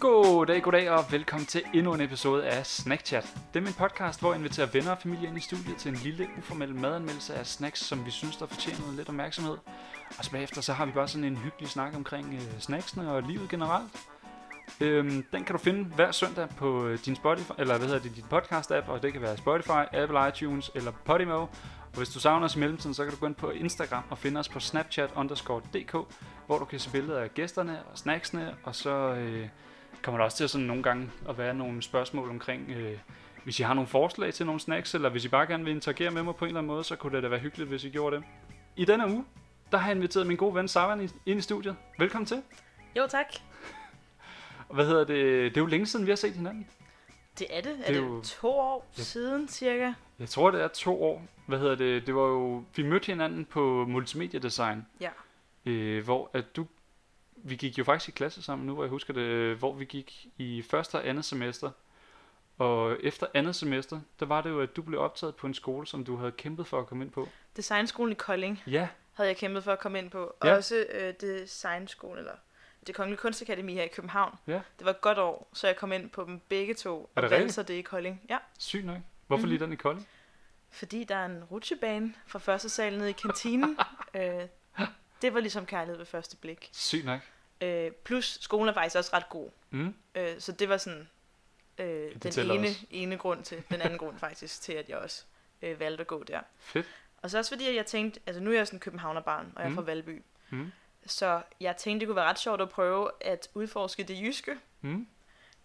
Goddag, goddag og velkommen til endnu en episode af Snackchat. Det er min podcast, hvor jeg inviterer venner og familie ind i studiet til en lille uformel madanmeldelse af snacks, som vi synes, der fortjener noget lidt opmærksomhed. Og så bagefter så har vi bare sådan en hyggelig snak omkring øh, snacksene og livet generelt. Øhm, den kan du finde hver søndag på øh, din Spotify, eller hvad hedder det, din podcast-app, og det kan være Spotify, Apple iTunes eller Podimo. Og hvis du savner os i mellemtiden, så kan du gå ind på Instagram og finde os på snapchat underscore dk, hvor du kan se billeder af gæsterne og snacksene, og så øh, kommer der også til sådan nogle gange at være nogle spørgsmål omkring, øh, hvis I har nogle forslag til nogle snacks, eller hvis I bare gerne vil interagere med mig på en eller anden måde, så kunne det da være hyggeligt, hvis I gjorde det. I denne uge, der har jeg inviteret min gode ven Savan i- ind i studiet. Velkommen til. Jo tak. Og Hvad hedder det? Det er jo længe siden, vi har set hinanden. Det er det. Er er det, jo- jo... to år Ja. siden cirka? Jeg tror, det er to år. Hvad hedder det? Det var jo... Vi mødte hinanden på Multimedia Design. Ja. Øh, hvor at du... Vi gik jo faktisk i klasse sammen nu, hvor jeg husker det. øh, Hvor vi gik i første og andet semester. Og efter andet semester, der var det jo, at du blev optaget på en skole, som du havde kæmpet for at komme ind på. Designskolen i Kolding Ja, havde jeg kæmpet for at komme ind på. Ja. Ja. Også øh, designskolen, eller det kongelige kunstakademi her i København. Ja. Det var et godt år, så jeg kom ind på dem begge to. det og rigtigt? valgte så det i Kolding. Ja. sygt nok. Hvorfor lige den i Kolding? Fordi der er en rutsjebane fra første sal nede i kantinen. øh, det var ligesom kærlighed ved første blik. Sygt nok. Øh, plus skolen er faktisk også ret god. Mm. Øh, så det var sådan øh, det den tæller ene, også. ene grund til, den anden grund faktisk, til at jeg også øh, valgte at gå der. Fedt. Og så også fordi, at jeg tænkte, altså nu er jeg sådan en københavnerbarn, og jeg er Mm. fra Valby. Mm. Så jeg tænkte, det kunne være ret sjovt at prøve at udforske det jyske. Mm.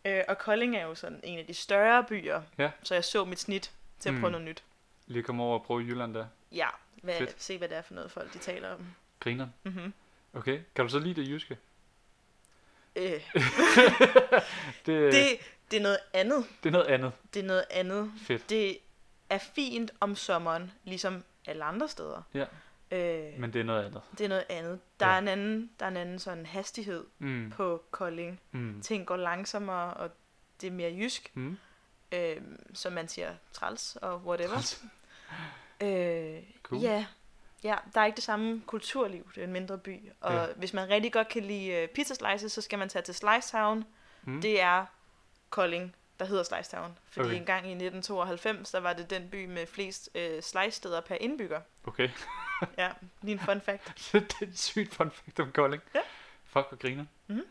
Øh, og Kolding er jo sådan en af de større byer, Ja. så jeg så mit snit til at Mm. prøve noget nyt. Lige komme over og prøve Jylland der. Ja, hvad, Fedt. se hvad det er for noget folk, de taler om. Griner. Mm-hmm. Okay. Kan du så lide det jyske? Øh, Det, det... det, det er noget andet. det er noget andet. Det er noget andet. Fedt. Det er fint om sommeren, ligesom alle andre steder. Ja. Øh, Men det er noget andet. Det er noget andet. Der, Ja. er en anden, der er en anden sådan hastighed Mm. på Kolding. Mm. ting går langsommere, og det er mere jysk, Mm. øh, som man siger træls og whatever. Træls. Øh, Cool. ja, ja, der er ikke det samme kulturliv, det er en mindre by. Og Ja. ja. hvis man rigtig godt kan lide øh, pizza slices, så skal man tage til Slice Town. Mm. Mm. Det er Kolding, der hedder Slice Town. Fordi Okay. okay. en gang i 1992, der var det den by med flest øh, slice-steder per indbygger. Okay. Ja, lige en fun fact. det er et sygt fun fact om Kolding. Ja. Fuck, hvor griner. Mhm.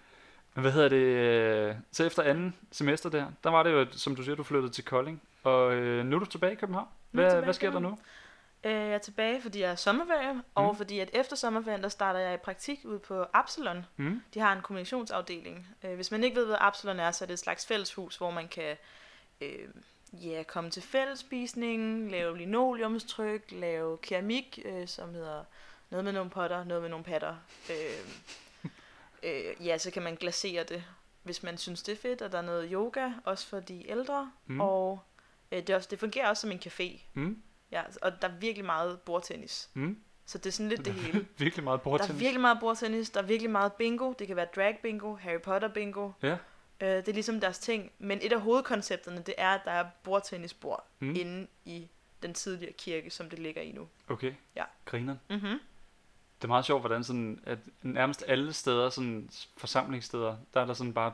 Men hvad hedder det? øh, Så efter anden semester der, der var det jo, at, som du siger, du flyttede til Kolding. Og øh, nu er du tilbage i København. Nu Hvad, er jeg tilbage hvad i sker der nu? København. Øh, jeg er tilbage, fordi jeg er sommerferie, mm. og fordi at efter sommerferien, der starter jeg i praktik ude på Absalon. Mm. De har en kommunikationsafdeling. Øh, Hvis man ikke ved, hvad Absalon er, så er det et slags fælleshus, hvor man kan øh, ja, komme til fællesspisning, lave linoleumstryk, lave keramik, øh, som hedder noget med nogle potter, noget med nogle patter. Øh, øh, ja, så kan man glasere det, hvis man synes, det er fedt, og der er noget yoga, også for de ældre. Mm. Mm. Og øh, det, er også, det fungerer også som en café. Mm. Ja, og der er virkelig meget bordtennis. Mm. Så det er sådan lidt det hele. Virkelig meget Der er bordtennis. virkelig meget bordtennis, der er virkelig meget bingo. Det kan være drag bingo, Harry Potter bingo. Ja. Øh, det er ligesom deres ting. Men et af hovedkoncepterne, det er, at der er bordtennisbord Mm. mm. inde i den tidligere kirke, som det ligger i nu. Okay. Ja. Griner. Mm-hmm. Det er meget sjovt, hvordan sådan, at nærmest alle steder, sådan forsamlingssteder, der er der sådan bare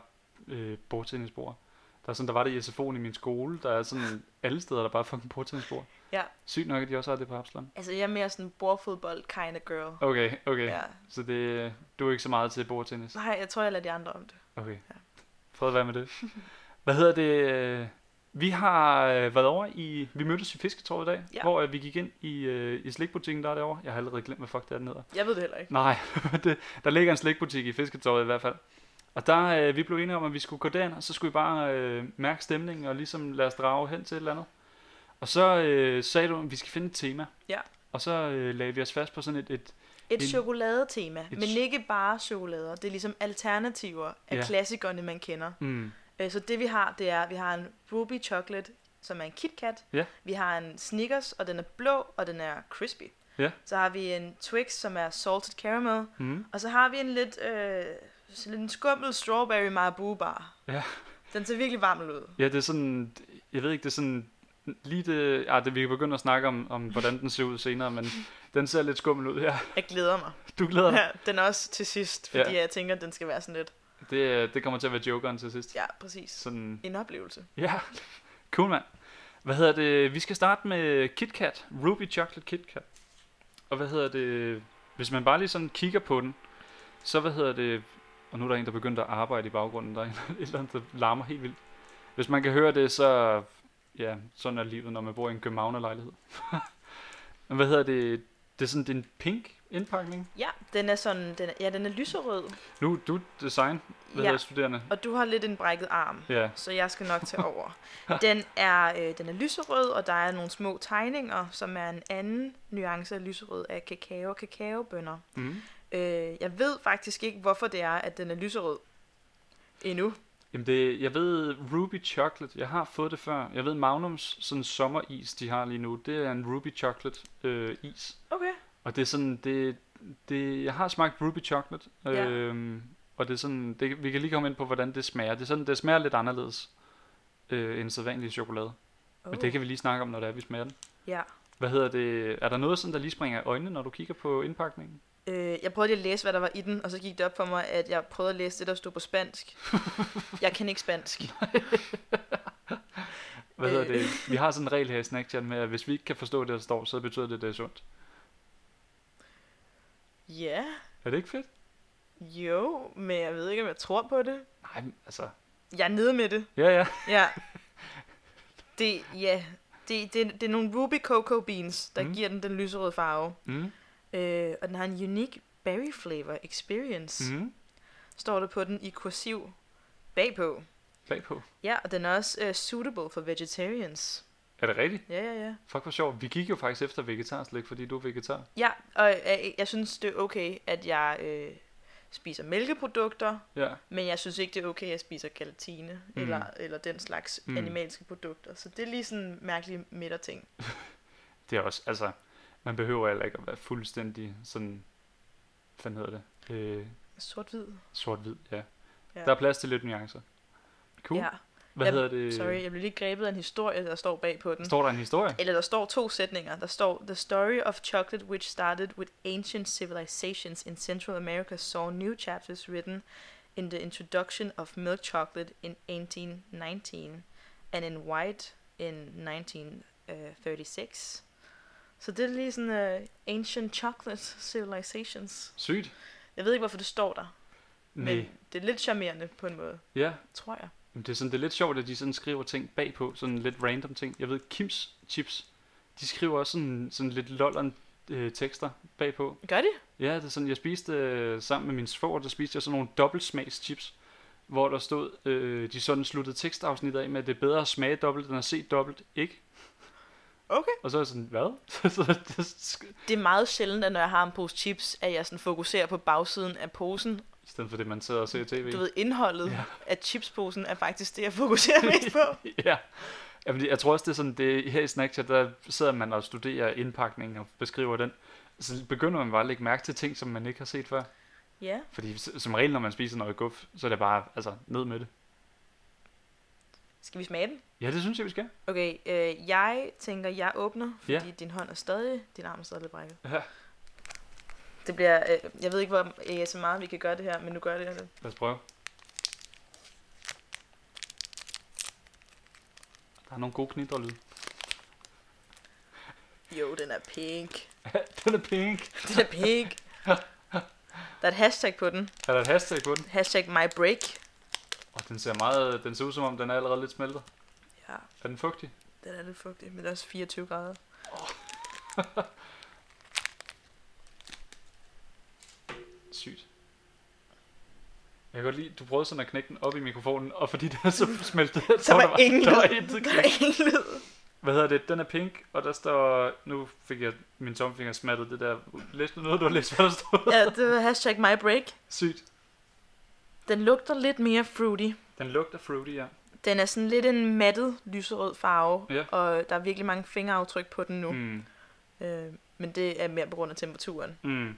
øh, bordtennisbord. Der, er sådan, der var det i SFO'en i min skole, der er sådan alle steder, der bare er fucking bordtennisbord. Ja. Sygt nok, at de også har det på Absalon. Altså, jeg er mere sådan en bordfodbold kind of girl. Okay, okay. Ja. Så det, du er ikke så meget til bordtennis? Nej, jeg tror, jeg lader de andre om det. Okay. Ja. Prøv at være med det. Hvad hedder det? øh, Vi har øh, været over i... Vi mødtes i Fisketorv i dag, Ja. hvor øh, vi gik ind i, øh, i slikbutikken, der er derovre. Jeg har allerede glemt, hvad fuck det er dernede. Jeg ved det heller ikke. Nej, det, der ligger en slikbutik i Fisketorvet i hvert fald. Og der, øh, vi blev enige om, at vi skulle gå derind, og så skulle vi bare øh, mærke stemningen og ligesom lade os drage hen til et eller andet. Og så øh, sagde du, at vi skal finde et tema. Ja. Og så øh, lagde vi os fast på sådan et, et Et En- chokoladetema, et men ch- ikke bare chokolader. Det er ligesom alternativer af Ja. ja. klassikerne, man kender. mm, Øh, Så det vi har, det er, at vi har en Ruby Chocolate, som er en KitKat. Ja. Vi har en Snickers, og den er blå, og den er crispy. Ja. Så har vi en Twix, som er salted caramel. mm, Og så har vi en lidt, øh, sådan lidt en skummel strawberry marabu bar. Ja. Den ser virkelig varmel ud. Ja, det er sådan, jeg ved ikke, det er sådan, lige det, ja, det vi kan begynde at snakke om, om, hvordan den ser ud senere, men den ser lidt skummel ud her. Jeg glæder mig. Du glæder dig. Ja, den er også til sidst, fordi ja. jeg tænker, at den skal være sådan lidt Det, øh, det kommer til at være jokeren til sidst. Ja, præcis. Sådan, En oplevelse. ja. Cool, mand. Hvad hedder det? Vi skal starte med KitKat. Ruby Chocolate KitKat. Og hvad hedder det? Hvis man bare lige sådan kigger på den, så hvad hedder det? Og nu er der en, der begynder at arbejde i baggrunden. Der er en, et eller andet, der larmer helt vildt. Hvis man kan høre det, så... Ja, sådan er livet, når man bor i en københavnerlejlighed. Men hvad hedder det? Det er sådan, det er en pink indpakning. Ja, den er sådan, den er, ja, den er lyserød, Nu, du er design, hvad ja. ja, hedder studerende? og du har lidt en brækket arm, Ja, så jeg skal nok tage over. Den er, øh, den er lyserød, og der er nogle små tegninger, som er en anden nuance af lyserød af kakao og kakaobønner. mm. Øh, jeg ved faktisk ikke, hvorfor det er, at den er lyserød endnu. Jamen det, jeg ved Ruby Chocolate, jeg har fået det før. Jeg ved Magnums sådan sommeris, de har lige nu, det er en Ruby Chocolate øh, is. Okay. Og det er sådan, det, det, jeg har smagt Ruby Chocolate, Ja. øhm, og det er sådan, det, vi kan lige komme ind på, hvordan det smager. Det er sådan, det smager lidt anderledes øh, end sædvanlig chokolade. Oh. Uh. Men det kan vi lige snakke om, når det er, vi smager den. Ja. Hvad hedder det? Er der noget sådan, der lige springer i øjnene, når du kigger på indpakningen? Øh, jeg prøvede lige at læse, hvad der var i den, og så gik det op for mig, at jeg prøvede at læse det, der stod på spansk. jeg kan ikke spansk. Hvad hedder Øh. det? Vi har sådan en regel her i Snackchat med, at hvis vi ikke kan forstå det, der står, så betyder det, at det er sundt. Ja, Er det ikke fedt? jo, men jeg ved ikke, om jeg tror på det. Nej, men altså... Jeg er nede med det. Ja, ja. Ja. Det, ja. Det, det, det er nogle Ruby Cocoa Beans, der Mm. mm. giver den den lyserøde farve. Mm. Øh, og den har en unique berry flavor experience, mm. Mm. står der på den i kursiv bagpå. Bagpå. Ja, og den er også uh, suitable for vegetarians. Er det rigtigt? Ja, ja, ja. Fuck, hvor sjovt. Vi gik jo faktisk efter vegetarslik, fordi du er vegetar. Ja, og øh, jeg synes, det er okay, at jeg øh, spiser mælkeprodukter, Ja. men jeg synes ikke, det er okay, at jeg spiser gelatine Mm. mm. eller, eller den slags Mm. mm. animalske produkter. Så det er lige sådan mærkelige midterting. Det er også, altså... Man behøver heller ikke at være fuldstændig sådan... Hvad fanden hedder det? Øh, Sort-hvid. Sort-hvid, ja. ja. Ja. Der er plads til lidt nuancer. Cool. Ja. Ja. Hvad Jamen, hedder det? Sorry, jeg blev lige grebet af en historie, der står bag på den. Står der en historie? Eller der står to sætninger. Der står, The story of chocolate which started with ancient civilizations in Central America saw new chapters written in the introduction of milk chocolate in 1819 and in white in 1936. Så det er lige sådan uh, ancient chocolate civilizations. Sygt. Jeg ved ikke, hvorfor det står der, men Nej. det er lidt charmerende på en måde, Ja. tror jeg. Jamen, Det er, sådan, det er lidt sjovt, at de sådan skriver ting bagpå, sådan lidt random ting. Jeg ved, Kims Chips, de skriver også sådan, sådan lidt lolleren øh, tekster bagpå. Gør det? Ja, det er sådan, jeg spiste øh, sammen med min svoger, der spiste jeg sådan nogle dobbeltsmags chips, hvor der stod, øh, de sådan sluttede tekstafsnittet af med, at det er bedre at smage dobbelt, end at se dobbelt, ikke? Okay. Og så er jeg sådan, hvad? så, så, det, sk- Det er meget sjældent, at når jeg har en pose chips, at jeg sådan fokuserer på bagsiden af posen. I stedet for det, man sidder og ser i tv. Du ved, indholdet Ja. ja. af chipsposen er faktisk det, jeg fokuserer mest på. ja. Jamen, det- jeg tror også, det er sådan, det, her i Snackchat, der sidder man og studerer indpakningen og beskriver den. Så begynder man bare at lægge mærke til ting, som man ikke har set før. Ja, Fordi s- som regel, når man spiser noget guf, så er det bare, altså, ned med det. skal vi smage den? Ja, det synes jeg, vi skal. Okay, øh, jeg tænker, jeg åbner, fordi Ja. ja. din hånd er stadig, din arm er stadig lidt brækket. Ja. Det bliver, øh, jeg ved ikke, hvor øh, så meget vi kan gøre det her, men nu gør det altså. Lad os prøve. Der er nogle gode knitrelyde. Jo, den er pink. den er pink. Den er pink. Der er et hashtag på den. Er der et hashtag på den? Hashtag mybreak. Og den ser meget, den ser ud som om, den er allerede lidt smeltet. Ja, Er den fugtig? den er lidt fugtig, men det er også 24 grader. Sygt. Jeg kan godt lide, du prøvede sådan at knække den op i mikrofonen, og fordi det er så smeltet, jeg Så tror, var ingen der var lyd. intet Der knæk. er ingen lyd. Hvad hedder det? Den er pink, og der står... Nu fik jeg min tommelfinger smattet det der... Læs nu noget, du har læst, hvad der stod. Ja, det var hashtag mybreak. Sygt. Den lugter lidt mere fruity. Den lugter fruity, ja. Den er sådan lidt en mattet lyserød farve, Ja. og der er virkelig mange fingeraftryk på den nu. Mm. Mm. Øh, men det er mere på grund af temperaturen. Mm.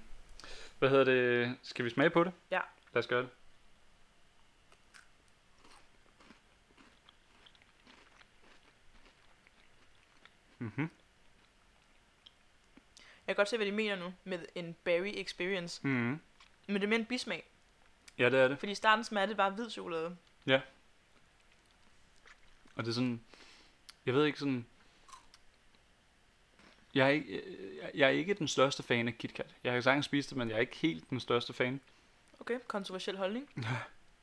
Hvad hedder det? Skal vi smage på det? Ja. Lad os gøre det. Mhm. Jeg kan godt se, hvad de mener nu med en berry experience, Mhm. men det er mere en bismag. Ja, det er det. Fordi i starten smager det bare hvid chokolade. Og det er sådan, jeg ved ikke sådan, jeg er ikke, jeg, jeg er ikke den største fan af KitKat. Jeg har sagtens spist det, men jeg er ikke helt den største fan. Okay, kontroversiel holdning.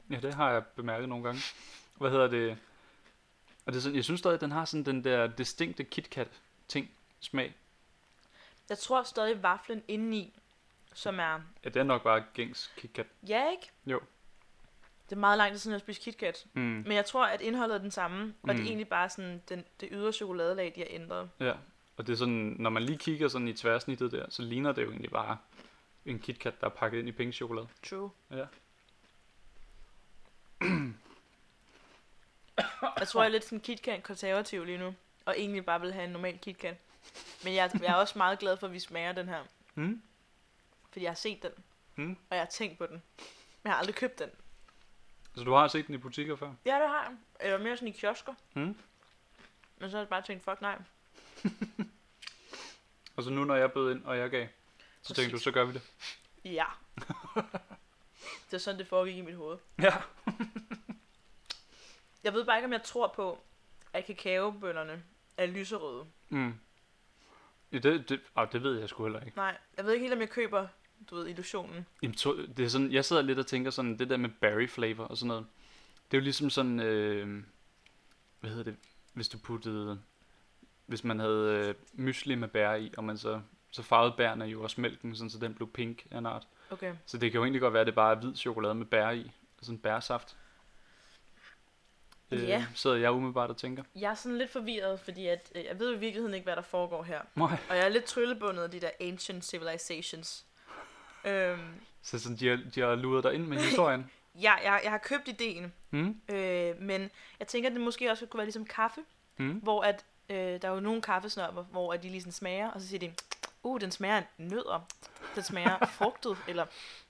Ja, det har jeg bemærket nogle gange. Hvad hedder det? Og det er sådan, jeg synes stadig, at den har sådan den der distinkte KitKat ting, smag. Jeg tror stadig vaflen indeni, som er... Ja, det er nok bare gængs KitKat. Ja, ikke? Jo. Det er meget langt siden, jeg har spist KitKat. Mm. Men jeg tror, at indholdet er den samme, og det Mm. er egentlig bare sådan den, det ydre chokoladelag, de har ændret. Ja, og det er sådan, når man lige kigger sådan i tværsnittet der, så ligner det jo egentlig bare en KitKat, der er pakket ind i pink chokolade. True. Ja. Jeg tror, jeg er lidt sådan KitKat konservativ lige nu, og egentlig bare vil have en normal KitKat. Men jeg, jeg er også meget glad for, at vi smager den her, Mm. fordi jeg har set den, Mm. og jeg har tænkt på den. Men jeg har aldrig købt den. Så Altså, du har set den i butikker før? Ja, det har jeg. Eller mere sådan i kiosker. Mm. Men så har jeg bare tænkt, fuck nej. Og så nu, når jeg bød ind, og jeg gav, så tænkte du, Præcis. så gør vi det. Ja. det er sådan, det foregik i mit hoved. Ja. Jeg ved bare ikke, om jeg tror på, at kakaobønderne er lyserøde. Mm. Ja, det, det, ah, det ved jeg sgu heller ikke. Nej, jeg ved ikke helt, om jeg køber, du ved, illusionen. Jamen, to, det er sådan, jeg sidder lidt og tænker sådan, det der med berry flavor og sådan noget. Det er jo ligesom sådan, øh, hvad hedder det, hvis du puttede, hvis man havde øh, mysli med bær i, og man så, så farvede bærene jo også mælken, sådan, så den blev pink af en art. Okay. Så det kan jo egentlig godt være, at det bare er hvid chokolade med bær i, altså en bærsaft. Øh, Ja. sidder jeg umiddelbart og tænker. Jeg er sådan lidt forvirret, fordi at, øh, jeg ved i virkeligheden ikke, hvad der foregår her. Nej. Og jeg er lidt tryllebundet af de der ancient civilizations. Øhm, Så sådan, de har, de har luret dig ind med historien. ja, jeg, jeg har købt ideen, Mm? øh, men jeg tænker, at det måske også kunne være ligesom kaffe, Mm? hvor at, øh, der er jo nogle kaffesnopper, hvor at de lige sådan smager, og så siger de, uh, den smager af nødder, den smager af frugtet, eller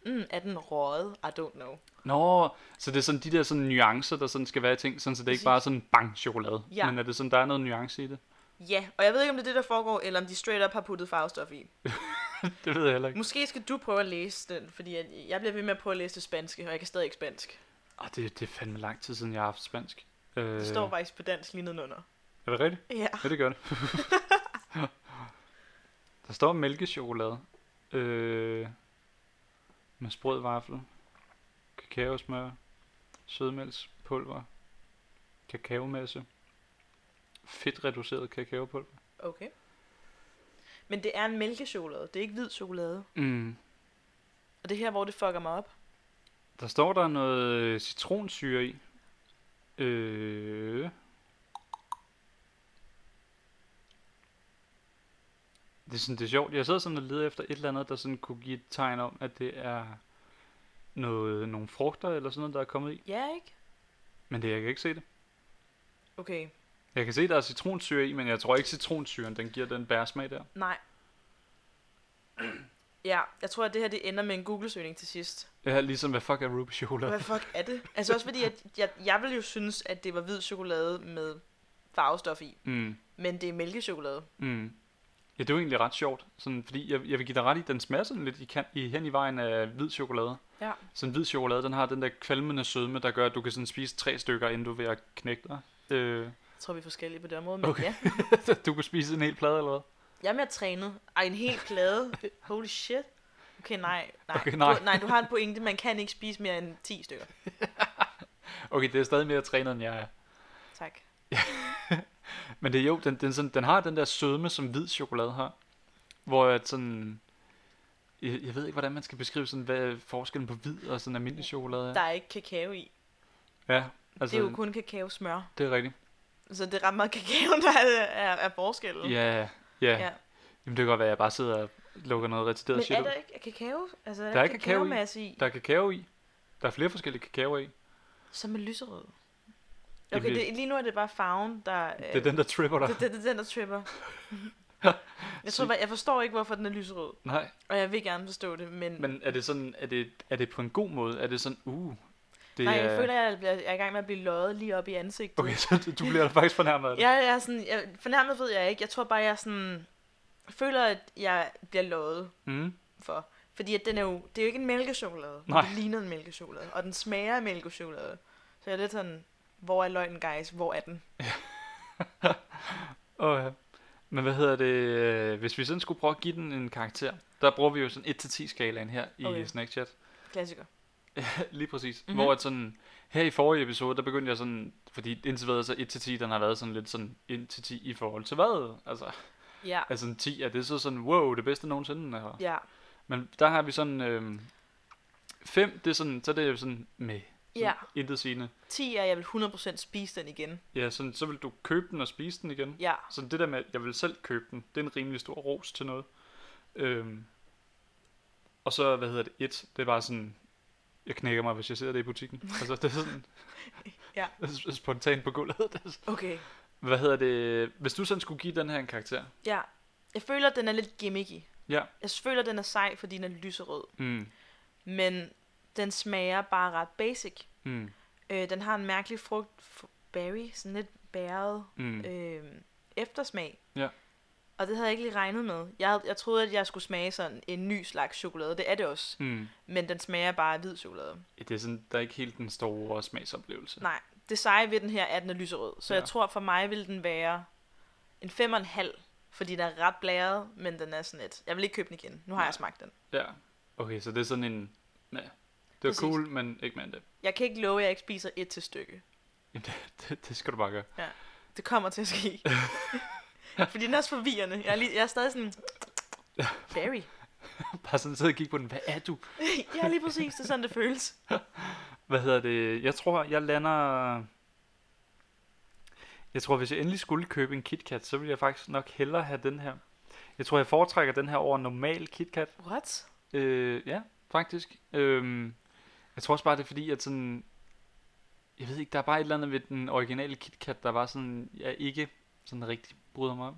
mm, er den røget? I don't know. Nå, så det er sådan de der sådan nuancer, der sådan skal være i ting, sådan, så det er ikke bare er sådan bang chokolade. Ja. Men er det sådan, der er noget nuance i det? Ja, og jeg ved ikke, om det er det, der foregår, eller om de straight up har puttet farvestof i. Det ved jeg heller ikke. Måske skal du prøve at læse den, fordi at jeg bliver ved med at prøve at læse det spanske, og jeg kan stadig ikke spansk. Ah, det, det er fandme lang tid siden, jeg har haft spansk. Øh, Det står faktisk på dansk lige nedenunder. Er det rigtigt? Ja. Ja, det gør det. der står mælkechokolade. Øh, med sprød vafel. Kakaosmør. Sødmælkspulver. Kakaomasse. Fedt reduceret kakaopulver. Okay. Men det er en mælkechokolade, det er ikke hvid chokolade. Mm. Og det er her, hvor det fucker mig op. Der står der noget øh, citronsyre i. Øh. Det er, sådan, det er sjovt. Jeg sidder sådan og leder efter et eller andet, der sådan kunne give et tegn om, at det er noget, nogle frugter eller sådan noget, der er kommet i. Ja, ikke? Men det, jeg kan ikke se det. Okay. Jeg kan se, der er citronsyre i, men jeg tror ikke, citronsyren den giver den bærsmag der. Nej. Ja, jeg tror, at det her det ender med en Google-søgning til sidst. Ja, ligesom, hvad fuck er Ruby Hvad chokolade? fuck er det? Altså også fordi, at jeg, jeg ville jo synes, at det var hvid chokolade med farvestof i. Mm, Men det er mælkechokolade. mm. Ja, det er jo egentlig ret sjovt, sådan, fordi jeg, jeg vil give dig ret i, den smager sådan lidt i, kan, i, hen i vejen af hvid chokolade. Ja. Sådan hvid chokolade, den har den der kvalmende sødme, der gør, at du kan sådan spise tre stykker, inden du er ved at knække dig. Øh, Jeg tror, vi er forskellige på det område, men Okay. okay. ja. du kan spise en hel plade eller hvad? Jeg er mere trænet. Ej, en hel plade. Holy shit. Okay, nej. Nej. Okay, nej. Du, nej, du har en pointe. Man kan ikke spise mere end 10 stykker. Okay, det er stadig mere trænet, end jeg er. Tak. Men det er jo, den, den, sådan, den har den der sødme, som hvid chokolade har. Hvor at sådan... Jeg, jeg ved ikke, hvordan man skal beskrive sådan, hvad forskellen på hvid og sådan almindelig chokolade er. Der er ikke kakao i. Ja, Altså, altså, det er jo kun kakaosmør. det er rigtigt. Så det er ret meget kakaoen, der er, er, er forskellen. Ja, ja. Ja. Jamen, det kan godt være, at jeg bare sidder og lukker noget retarderet Men shit er ud. der ikke er kakao? Altså, er der, Der er ikke ikke kakao i. kakaomasse i, Der er kakao i. Der er flere forskellige kakao i. som er lyserød? er Okay, fordi- det, lige nu er det bare farven, der... Øh, Det er den, der tripper dig. det, det, det er den, der tripper. jeg, tror, bare- jeg forstår ikke, hvorfor den er lyserød. Nej. Og jeg vil gerne forstå det, men... Men er det sådan, er det, er det på en god måde? Er det sådan, uh, det Nej, er... jeg føler, at jeg, bliver, jeg er i gang med at blive løjet lige op i ansigtet. Okay, så du- du bliver da faktisk fornærmet af det. Jeg, jeg er sådan, jeg, fornærmet ved jeg ikke. Jeg tror bare, jeg er sådan, føler, at jeg bliver løjet Mm. for. Fordi at den er jo, det er jo ikke en mælkechokolade. men Nej. Det ligner en mælkechokolade. Og den smager af mælkechokolade. Så jeg er lidt sådan, hvor er løgnen, guys? Hvor er den? Og, øh, men hvad hedder det, øh, hvis vi sådan skulle prøve at give den en karakter, der bruger vi jo sådan 1-10 skalaen her i Okay. okay. Snackchat. Klassiker. Lige præcis. Mhm. Mm-hmm. Hvor at sådan, her i forrige episode, der begyndte jeg sådan, fordi indtil videre så 1-10, den har været sådan lidt sådan 1-10 i forhold til hvad? Altså, Ja. altså en 10, er det så sådan, wow, det bedste nogensinde? Eller? Ja. Men der har vi sådan, øh, 5, det er sådan, så det er jo sådan, med. Ja. Intet sigende. 10 er, jeg vil 100% spise den igen. Ja, sådan, så vil du købe den og spise den igen. Ja. Så det der med, at jeg vil selv købe den, det er en rimelig stor ros til noget. Øhm, og så, hvad hedder det, et, det er bare sådan, jeg knækker mig, hvis jeg ser det i butikken. Altså, det er sådan, Ja. spontant på gulvet. Det er sådan- Okay. Hvad hedder det, hvis du sådan skulle give den her en karakter? Ja. Jeg føler, at den er lidt gimmicky. Ja. Jeg føler, at den er sej, fordi den er lyserød. Mm, Men den smager bare ret basic. mm, Øh, den har en mærkelig frugt, fru- berry, sådan lidt bæret mm. øh, eftersmag. Ja. Og det havde jeg ikke lige regnet med. Jeg, havde- jeg troede, at jeg skulle smage sådan en ny slags chokolade. Det er det også. Mm. Men den smager bare af hvid chokolade. Det er sådan, der er ikke helt den store smagsoplevelse. Nej, det seje ved den her er, at den er lyserød. Så ja. Ja. jeg tror, for mig vil den være en 5,5. Fordi den er ret blæret, men den er sådan et. Jeg vil ikke købe den igen. Nu har Nej. jeg smagt den. Ja. Okay, så det er sådan en, ja, det var Præcis. cool, men ikke mere end det. Jeg kan ikke love, at jeg ikke spiser et til stykke. Jamen, det, det, det skal du bare gøre. Det kommer til at ske. Fordi den er også forvirrende. Jeg er, lige, jeg er stadig sådan... Berry. Bare sådan sidde og kigge på den. Hvad er du? ja, lige præcis. Det er sådan, det føles. Hvad hedder det? Jeg tror, jeg lander... Jeg tror, hvis jeg endelig skulle købe en KitKat, så ville jeg faktisk nok hellere have den her. Jeg tror, jeg foretrækker den her over en normal KitKat. What? Øh, ja, faktisk. Øhm, jeg tror også bare, det er fordi, at sådan... Jeg ved ikke, der er bare et eller andet ved den originale KitKat, der bare sådan, jeg ikke sådan rigtig bryder mig om.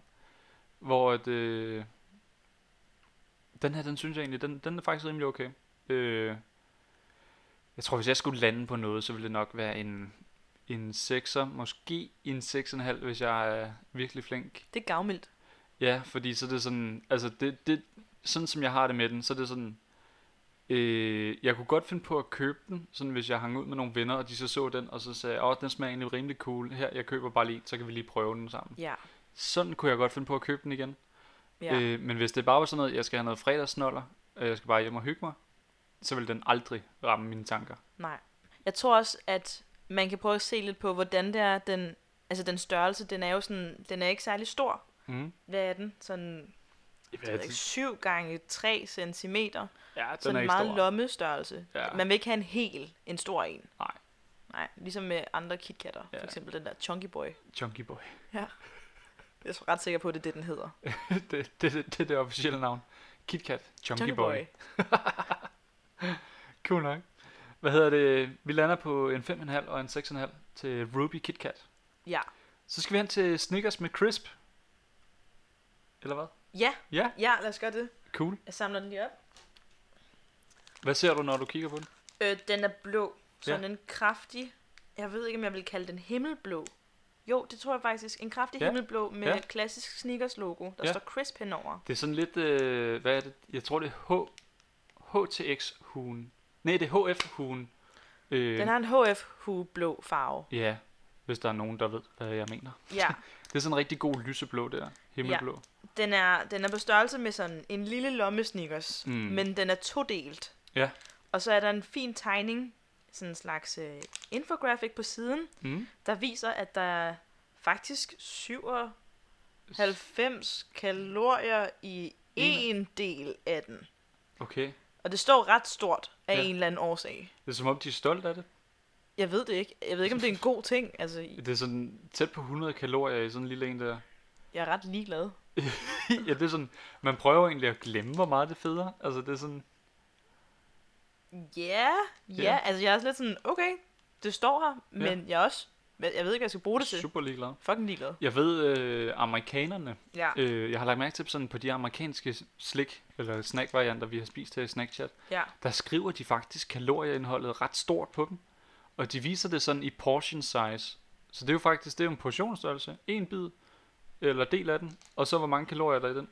Hvor at, øh, den her, den synes jeg egentlig, den, den er faktisk rimelig okay. Øh, jeg tror, hvis jeg skulle lande på noget, så ville det nok være en, en 6'er, måske en 6,5, hvis jeg er virkelig flink. Det er gavmildt. Ja, fordi så er det sådan, altså det, det, sådan som jeg har det med den, så er det sådan, øh, jeg kunne godt finde på at købe den, sådan hvis jeg hang ud med nogle venner, og de så så den, og så sagde, åh, den smager egentlig rimelig cool, her, jeg køber bare lige, en, så kan vi lige prøve den sammen. Ja. Sådan kunne jeg godt finde på at købe den igen. ja. Øh. Øh, men hvis det bare var sådan noget, jeg skal have noget fredagsnoller, og jeg skal bare hjem og hygge mig, så vil den aldrig ramme mine tanker. Nej. Jeg tror også, at man kan prøve at se lidt på, hvordan det er, den, altså den størrelse, den er jo sådan, den er ikke særlig stor. Mm. Hvad er den? Sådan jeg ved ikke, 7 gange 3 cm. ja, den Så er en ikke meget stor. lommestørrelse. Ja. Man vil ikke have en hel, en stor en. Nej. Nej, ligesom med andre KitKatter. Ja. Ja. For eksempel den der Chunky Boy. Chunky boy. Jeg er ret sikker på, at det er det, den hedder. det, det, det, det er det officielle navn. KitKat. Chunky, Chunky boy. Cool nok. Hvad hedder det? Vi lander på en 5,5 og en 6,5 til Ruby KitKat. Ja. Så skal vi hen til Snickers med Crisp. Eller hvad? Ja, Ja, ja, lad os gøre det. cool. Jeg samler den lige op. Hvad ser du, når du kigger på den? Øh, den er blå. Sådan ja. en kraftig... Jeg ved ikke, om jeg vil kalde den himmelblå. Jo, det tror jeg faktisk. En kraftig ja. Ja. himmelblå med Ja. ja. klassisk sneakers logo. Der ja. Ja. står crisp henover. Det er sådan lidt, øh, hvad er det? Jeg tror, det er H- HTX-huen. Nej, det er HF-huen. Øh, Den har en HF-hue blå farve. Ja, hvis der er nogen, der ved, hvad jeg mener. Ja. Det er sådan en rigtig god lyseblå der. Himmelblå. Ja. Den er, den er på størrelse med sådan en lille lomme sneakers, mm. Mm. men den er todelt. Ja. Og så er der en fin tegning, sådan en slags øh, infographic på siden, Mm. der viser, at der er faktisk 97 kalorier i en del af den. Okay. Og det står ret stort af ja. Ja. en eller anden årsag. Det er som om, de er stolte af det. Jeg ved det ikke. Jeg ved ikke, om det er en god ting. Altså, Det er sådan tæt på 100 kalorier i sådan en lille en der. jeg er ret ligeglad. ja, det er sådan, man prøver egentlig at glemme, hvor meget det federe. Altså, det er sådan, Ja, ja. Ja. Altså, jeg er også lidt sådan, okay, det står her, men jeg er også... Jeg ved ikke, hvad jeg skal bruge det til. super ligeglad. Fucking ligeglad. Jeg ved, øh, amerikanerne, Ja. øh, jeg har lagt mærke til sådan på de amerikanske slik, eller snackvarianter, vi har spist her i Snackchat, Ja. der skriver de faktisk kalorieindholdet ret stort på dem. Og de viser det sådan i portion size. Så det er jo faktisk, det er jo en portionsstørrelse. En bid, eller del af den, og så hvor mange kalorier der er i den.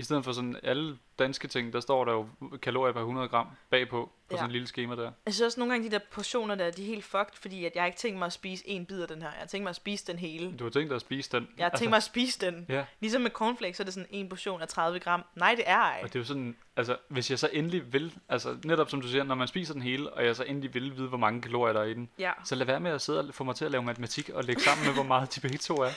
I stedet for sådan alle danske ting, der står der jo kalorier per 100 gram bagpå, på ja. Ja. sådan en lille schema der. Jeg synes også nogle gange, de der portioner der, de er helt fucked, fordi at jeg har ikke tænkt mig at spise en bid af den her. Jeg har tænkt mig at spise den hele. Du har tænkt dig at spise den. Jeg har tænkt mig at spise den. Altså, Ja, Ligesom med cornflakes, så er det sådan en portion af 30 gram. Nej, det er ej. og det er jo sådan, altså hvis jeg så endelig vil, altså netop som du siger, når man spiser den hele, og jeg så endelig vil vide, hvor mange kalorier der er i den, Ja. Så lad være med at sidde og få mig til at lave matematik og lægge sammen med, hvor meget de begge to er.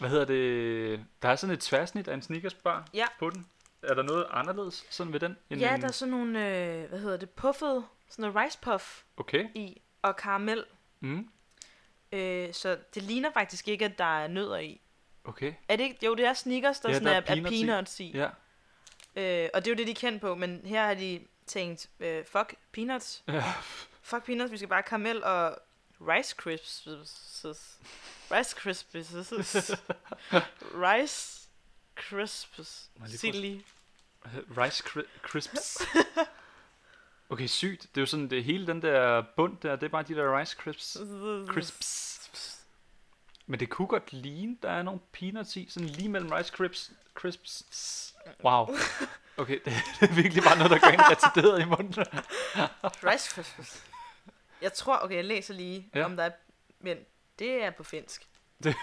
Hvad hedder det? Der er sådan et tværsnit af en sneakersbar Ja. på den. Er der noget anderledes sådan ved den? end Ja, en- der er sådan nogle, øh, hvad hedder det, puffet, sådan noget rice puff Okay. i, og karamel. Mm. Øh, så det ligner faktisk ikke, at der er nødder i. Okay. Er det ikke? Jo, det er sneakers, der, Ja, ja, sådan der er er, er peanuts i. peanuts i. Ja. Øh, og det er jo det, de er kendt på, men her har de tænkt, øh, fuck peanuts. Ja. Fuck peanuts, vi skal bare have karamel og rice crisps. Rice crisps. rice crisps. Må jeg lige Sig det prøve- lige. Rice cri- crisps. Okay, sygt. Det er jo sådan, det hele den der bund der, det er bare de der rice crisps. Mm. Crisps. Men det kunne godt ligne, der er nogle peanuts i, sådan lige mellem rice crisps. crisps. Wow. Okay, det, det er virkelig bare noget, der går ind retarderet i munden. Rice crisps. Jeg tror, okay, jeg læser lige, Ja. ja. om der er... Men det er på finsk. Det-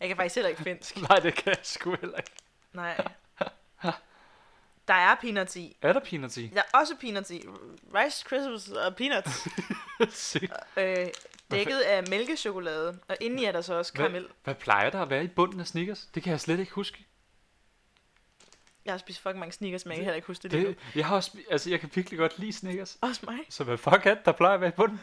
jeg kan faktisk heller ikke finsk. Nej, det kan jeg sgu heller ikke. Nej. Der er peanuts i. Er der peanuts i? Der er også peanuts i. Rice Krispies og peanuts. Sygt. øh, dækket af mælkechokolade. Og indeni er der så også Hvad? karamel. Hvad plejer der at være i bunden af Snickers? Det kan jeg slet ikke huske. Jeg har spist fucking mange sneakers, men jeg kan heller ikke huske det, lige nu. Det, jeg, har også, spi- altså, jeg kan virkelig godt lide Snickers. Også mig. Så hvad fuck er det, der plejer at være i bunden?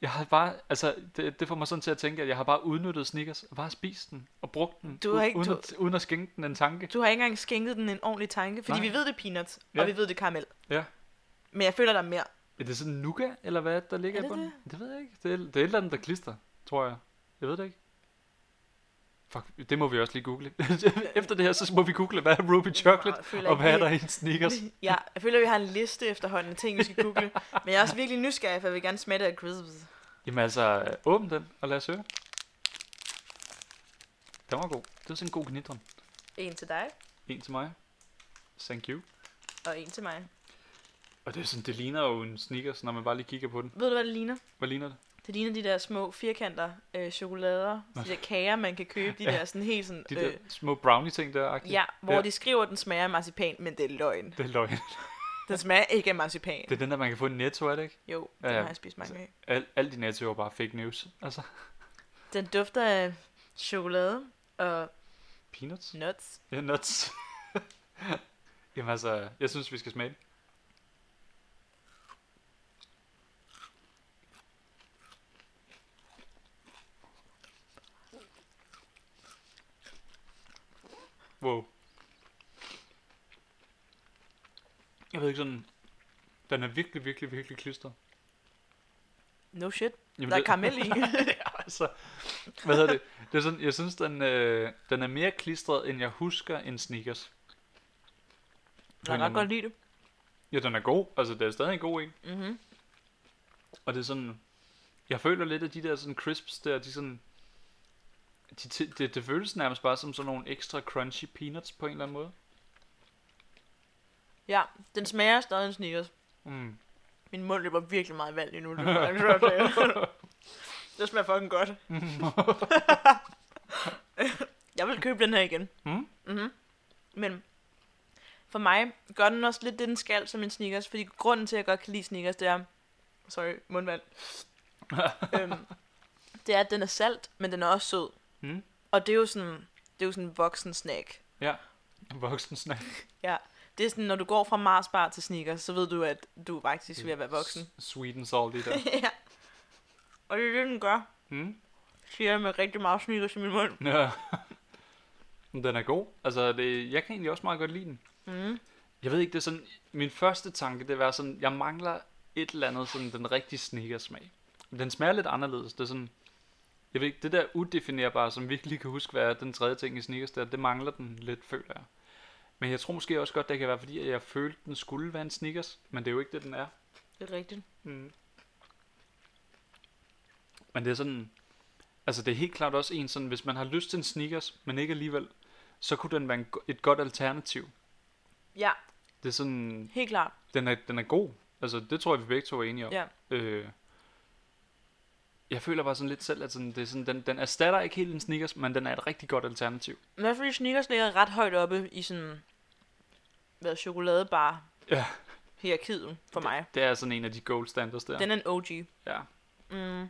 Jeg har bare, altså, det, det får mig sådan til at tænke, at jeg har bare udnyttet Snickers, og bare spist den, og brugt den, Du har u- ikke- uden, du- at, uden at skænke den en tanke. Du har ikke engang skænket den en ordentlig tanke, fordi Nej. vi ved det er peanuts, Ja. og vi ved det er karamel. Ja. Men jeg føler, der er mere. Er det sådan nougat, eller hvad er det, der ligger Er i det bunden? Det? det ved jeg ikke. Det er, det er et eller andet, der klister, tror jeg. Jeg ved det ikke. Fuck, det må vi også lige google. Efter det her, så må vi google, hvad er Ruby Chocolate, Jeg føler og ikke, hvad er vi- der i en Snickers? Ja, jeg føler, vi har en liste efterhånden af ting, vi skal google. Men jeg er også virkelig nysgerrig, for jeg vil gerne smage det af crisps. Jamen altså, øh, åbn den, og lad os høre. Den var god. Det var sådan en god knitren. En til dig, En til mig. Thank you. og en til mig. Og det er sådan, det ligner jo en Snickers, når man bare lige kigger på den. Ved du, hvad det ligner? Hvad ligner det? Det ligner de der små firkanter øh, chokolader, Nå. de der kager, man kan købe, de Ja. der sådan helt sådan... De øh, der små brownie ting der, -agtigt. Ja, hvor Ja. ja. de skriver, at den smager af marcipan, men det er løgn. Det er løgn. Den smager ikke af marcipan. Det er den der, man kan få i netto, er det ikke? Jo, Ja, den ja. har jeg spist mange af. Al, alt i netto er jo bare fake news. Altså, Den dufter af chokolade og peanuts. nuts. Ja, nuts. Jamen altså, jeg synes, vi skal smage det. Wow. Jeg ved ikke sådan... Den er virkelig, virkelig, virkelig klistret. No shit, Jamen, der er det- karamel i. Ja, altså, hvad hedder det? det er sådan, jeg synes, den, øh, den er mere klistret, end jeg husker en Snickers. jeg kan Hvordan er ret godt lide det. Ja, den er god. Altså, det er stadig en god en. Mm-hmm. Og det er sådan... Jeg føler lidt, at de der sådan crisps der, de sådan... De, ti- det, det føles nærmest bare som sådan nogle ekstra crunchy peanuts på en eller anden måde. Ja, den smager stadig en sneakers. Mm. Min mund løber virkelig meget vand lige nu. Det, må jeg altså godt sige. det smager fucking godt. jeg vil købe den her igen. Mm. Mm-hmm. Men for mig gør den også lidt det, den skal som en sneakers. Fordi grunden til, at jeg godt kan lide sneakers, det er... Sorry, mundvand. øhm, det er, at den er salt, men den er også sød. Mm. Og det er jo sådan, det er jo sådan en voksen snack. Voksen snack. Det er sådan, når du går fra Mars Bar til sneakers, så ved du, at du er faktisk ved at være voksen. S- Sweet and salty der. ja. Og det er det, den gør. Mm. Siger jeg med rigtig meget sneakers i min mund. Ja. Men den er god. Altså, det, jeg kan egentlig også meget godt lide den. Mm. Jeg ved ikke, det er sådan, min første tanke, det var sådan, jeg mangler et eller andet, sådan den rigtige sneakersmag. Men Den smager lidt anderledes, det er sådan, jeg ved ikke, det der udefinerbare, som virkelig kan huske, hvad er den tredje ting i sneakers der, det mangler den lidt, føler jeg. Men jeg tror måske også godt, det kan være, fordi at jeg følte, den skulle være en sneakers, men det er jo ikke det, den er. Det er rigtigt. Mm. Men det er sådan, altså det er helt klart også en sådan, hvis man har lyst til en sneakers, men ikke alligevel, så kunne den være en, go- et godt alternativ. Ja, Det er sådan, helt klart. den er, den er god. Altså, det tror jeg, vi begge to er enige om. Ja. Øh, jeg føler bare sådan lidt selv, at sådan, det er sådan, den, den erstatter ikke helt en sneakers, men den er et rigtig godt alternativ. I hvert fald de sneakers ligger ret højt oppe i sådan, hvad, chokoladebar Ja. hierarkiet for mig. Det er sådan en af de gold standards der. Den er en OG. Ja. Mm.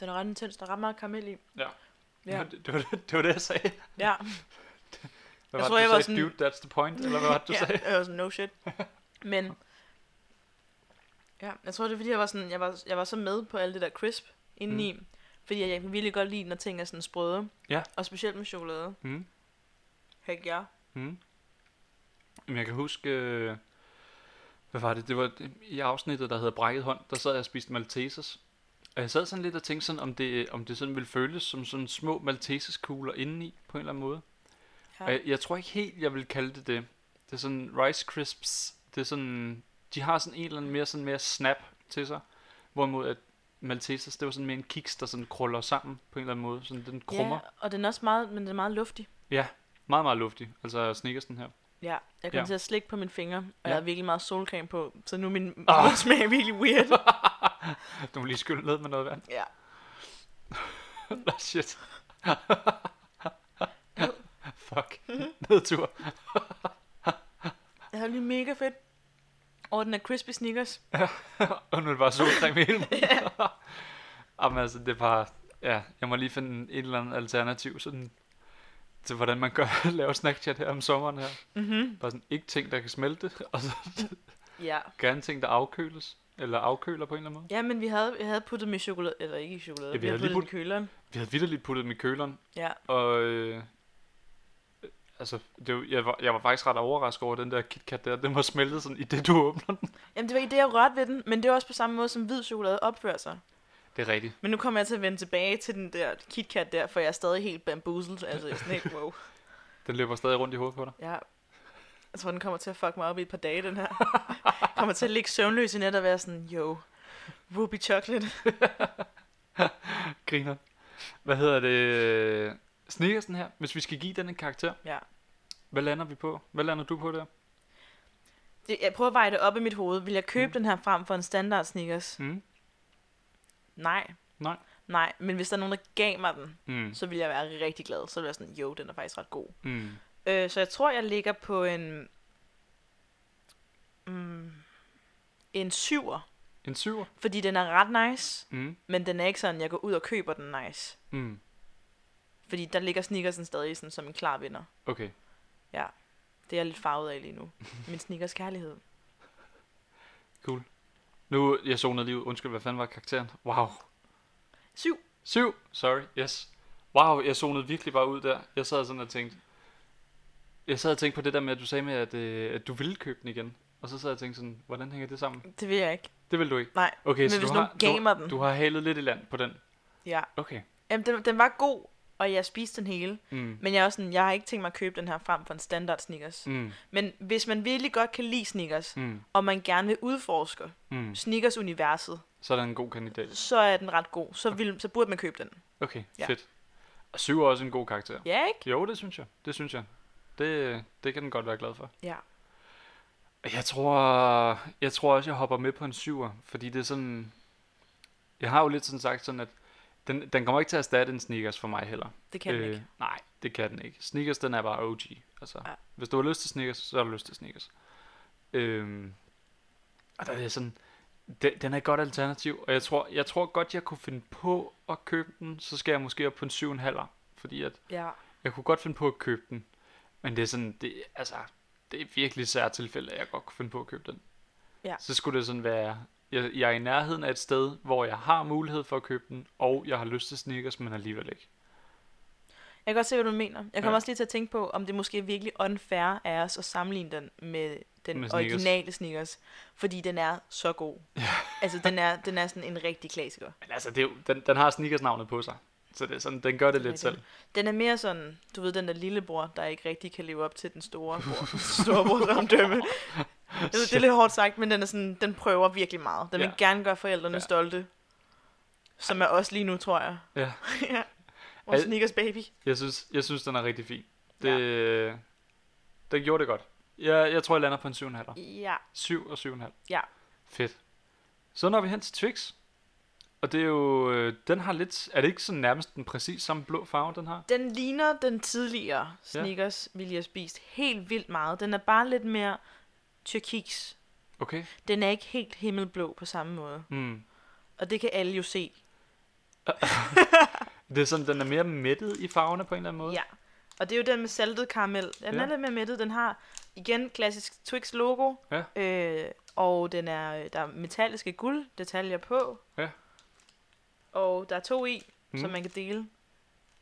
Den er ret intens, der er ret meget karamel i. Ja. Ja, Det, det, var, det, det var det, jeg sagde. ja. Hvad Jeg var tror, det, jeg du var sagde? sådan- Dude, that's the point, eller hvad var det, du ja, sagde? jeg var sådan, no shit. Men, ja, jeg tror, det er fordi, jeg var, sådan, jeg var, jeg var så med på alt det der crisp indeni. Mm. Fordi jeg, jeg kan virkelig godt lide, når ting er sådan sprøde. Ja. Og specielt med chokolade. Mm. Hæk ja. Mm. Jamen, jeg kan huske... øh, Hvad var det? Det var det- i afsnittet, der hedder Brækket hånd. Der sad jeg og spiste Maltesers. Og jeg sad sådan lidt og tænkte sådan, om det, øh, om det sådan ville føles som sådan små Maltesers-kugler indeni, på en eller anden måde. Ja. Ja. Og øh, jeg, jeg, tror ikke helt, jeg vil kalde det det. Det er sådan Rice Crisps. Det er sådan... De har sådan en eller anden mere, sådan mere snap til sig. Hvorimod at Maltesers, det var sådan mere en kiks, der sådan kruller sammen på en eller anden måde. Sådan den krummer. Ja, og den er også meget, men den er meget luftig. Meget, meget luftig. Altså Snickersen her. Ja, jeg kom Ja. ja. til at slikke på mine fingre, og Ja. jeg havde virkelig meget solcreme på, så nu er min Ah. oh. smag er virkelig weird. Du må lige skylle ned med noget vand. ja. Nå, shit. Fuck. Nedtur. Det er lige mega fedt. Og den er crispy sneakers. Og nu er det bare solcreme i hele munden. Jamen altså, det er bare... Ja, jeg må lige finde et eller andet alternativ sådan, til, hvordan man gør, laver snackchat her om sommeren her. Mhm. Bare sådan, ikke ting, der kan smelte, og så Ja. gerne ting, der afkøles. Eller afkøler på en eller anden måde. Ja, men vi havde, vi havde puttet dem i chokolade, eller ikke i chokolade, Ja, vi ja, vi, vi havde havde lige puttet dem i køleren. Vi havde vidderligt puttet dem i køleren, Ja, og... Øh, øh, altså, det var, jeg, var, jeg var faktisk ret overrasket over den der KitKat der. Den var smeltet sådan, i det du åbner den. Jamen, det var i det, jeg rørte ved den, men det var også på samme måde, som hvid chokolade opfører sig. Det er rigtigt. Men nu kommer jeg til at vende tilbage til den der KitKat der, for jeg er stadig helt bamboozled. Altså, jeg er sådan helt, wow. Den løber stadig rundt i hovedet på dig. Ja. Jeg tror, den kommer til at fuck mig op i et par dage, den her. kommer til at ligge søvnløs i net og være sådan, jo, ruby chocolate. Griner. Hvad hedder det? Sneakersen her, hvis vi skal give den en karakter, Ja. hvad lander vi på? Hvad lander du på der? Det, jeg prøver at veje det op i mit hoved. Vil jeg købe mm. den her frem for en standard sneakers? Mm. Nej. Nej. Nej, men hvis der er nogen, der gav mig den, Mm. så vil jeg være rigtig glad. Så vil jeg sådan, jo, den er faktisk ret god. Mm. Øh, så jeg tror, jeg ligger på en... Mm, en syver. En syver? Fordi den er ret nice, Mm. men den er ikke sådan, jeg går ud og køber den nice. Mm. Fordi der ligger sneakersen stadig sådan, som en klar vinder. Okay. Det er jeg lidt farvet af lige nu. Min sneakers kærlighed. Nu, jeg zonede lige ud. Undskyld, hvad fanden var karakteren? Wow. Syv. Syv? Sorry, yes. Wow, jeg zonede virkelig bare ud der. Jeg sad sådan og tænkte... Jeg sad og tænkte på det der med, at du sagde med, at, øh, at du ville købe den igen. Og så sad jeg og tænkte sådan, hvordan hænger det sammen? Det vil jeg ikke. Det vil du ikke. Nej, Okay, Men så hvis du nogen har, gav mig du, den. du har halet lidt i land på den. Ja. Okay. Jamen, den, den var god, og jeg spiste den hele. Mm. Men jeg er også sådan, jeg har ikke tænkt mig at købe den her frem for en standard sneakers. Mm. Mm. Men hvis man virkelig godt kan lide sneakers, Mm. og man gerne vil udforske Mm. sneakers-universet, Så er der en god kandidat. så er den ret god. Så, vil, så burde man købe den. Okay, ja. Ja. fedt. Og syv er også en god karakter. Ja, ikke? Jo, det synes jeg. Det synes jeg. Det, det kan den godt være glad for. Ja. Jeg tror, jeg tror også, jeg hopper med på en syver, fordi det er sådan... Jeg har jo lidt sådan sagt sådan, at den, den kommer ikke til at erstatte en sneakers for mig heller. Det kan øh. den ikke. Nej, det kan den ikke. Sneakers, den er bare OG. Altså, ja. Ja. Hvis du har lyst til sneakers, så har du lyst til sneakers. Øhm, og der er det sådan, den, den er et godt alternativ, og jeg tror, jeg tror godt, jeg kunne finde på at købe den, så skal jeg måske op på en 7,5, fordi at Ja. jeg kunne godt finde på at købe den, men det er sådan, det, altså, det er virkelig et sært tilfælde, at jeg godt kunne finde på at købe den. Ja. Så skulle det sådan være, jeg, jeg er i nærheden af et sted, hvor jeg har mulighed for at købe den, og jeg har lyst til sneakers, men alligevel ikke. Jeg kan godt se, hvad du mener. Jeg kommer Ja. ja. også lige til at tænke på, om det måske er virkelig unfair af os at sammenligne den med Med den med sneakers. originale sneakers. Fordi den er så god. Ja. altså, den er, den er sådan en rigtig klassiker. Men altså, det er jo, den, den har sneakers-navnet på sig. Så det er sådan, den gør det Det er lidt selv. Den er mere sådan, du ved, den der lillebror, der ikke rigtig kan leve op til den store bror. storebrors omdømme. Jeg ved, det er lidt hårdt sagt, men den, er sådan, den prøver virkelig meget. Den vil Ja. gerne gøre forældrene Ja. ja. stolte. Som er os lige nu, tror jeg. Ja. ja. Vores Al- sneakers baby. Jeg synes, jeg synes den er rigtig fin. Det, ja. Den gjorde det godt. Jeg, jeg tror, jeg lander på en 7,5. Ja. 7 og 7,5. Ja. Fedt. Så når vi hen til Twix. Og det er jo, øh, den har lidt, er det ikke sådan nærmest den præcis samme blå farve, den har? Den ligner den tidligere Ja. sneakers, vi lige har spist helt vildt meget. Den er bare lidt mere tyrkis. Okay. Den er ikke helt himmelblå på samme måde. Mm. Og det kan alle jo se. Det er sådan, den er mere mættet i farverne på en eller anden måde. Ja. Og det er jo den med saltet karamel. Den ja. Ja. er lidt mere mættet. Den har igen klassisk Twix logo. Ja. Øh, og den er, øh, der er metalliske gulddetaljer på. Ja. Og der er to i, mm. Mm. som man kan dele.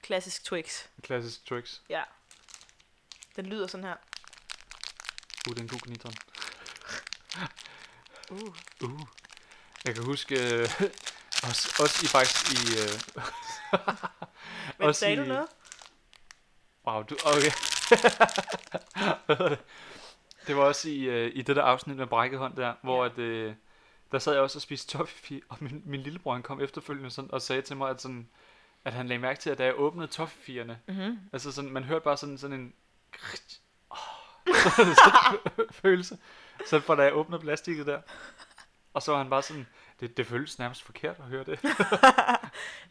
Klassisk Twix. Klassisk Twix. Ja. Den lyder sådan her. Uh, den gode gnitteren. Uh. Uh. Jeg kan huske, øh, også, også i faktisk i... Øh, Men Også sagde i- du noget? wow, du, okay. Hvad hedder det? det var også i, øh, i det der afsnit med brækket hånd der, hvor Ja. at, øh, der sad jeg også og spiste toffee, og min, min lillebror han kom efterfølgende sådan, og sagde til mig, at, sådan, at han lagde mærke til, at da jeg åbnede toffeefierne, Mm-hmm. altså sådan, man hørte bare sådan, sådan en oh, sådan en følelse, så fra da jeg åbnede plastikket der, og så var han bare sådan, det, det føles nærmest forkert at høre det.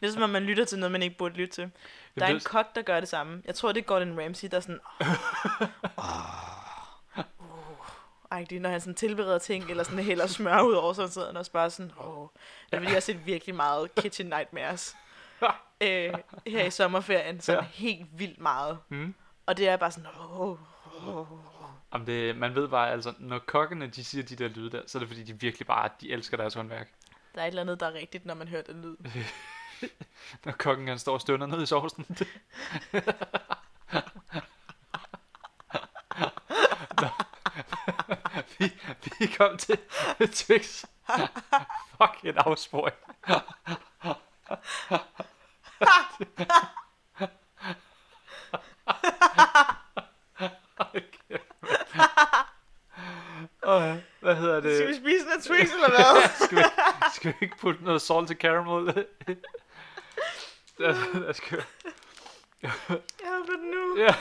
Det er som om, man lytter til noget, man ikke burde lytte til. Der er Jamen, en det- kok, der gør det samme. Jeg tror, det er Gordon Ramsay, der er sådan... Oh, oh, uh, når han sådan tilbereder ting, eller sådan hælder smør ud over, så sidder han også bare sådan... Oh. Det er fordi, jeg har set virkelig meget Kitchen Nightmares. øh, her i sommerferien, sådan Ja. helt vildt meget. Mm. Og det er bare sådan... Oh, oh. Jamen det, man ved bare, altså, når kokkene de siger de der lyde der, så er det fordi, de virkelig bare, de elsker deres håndværk. Der er et eller andet, der er rigtigt, når man hører den lyd. Når kokken han står og stønner ned i sovsen. Det... Nå. vi, vi kom til Twix. Fuck en afsporing. Okay. Åh, hvad hedder det? Skal vi spise en Twix, eller hvad? skal, vi, skal vi ikke putte noget salted caramel? der, der skal, Jeg har fået den nu. Ja.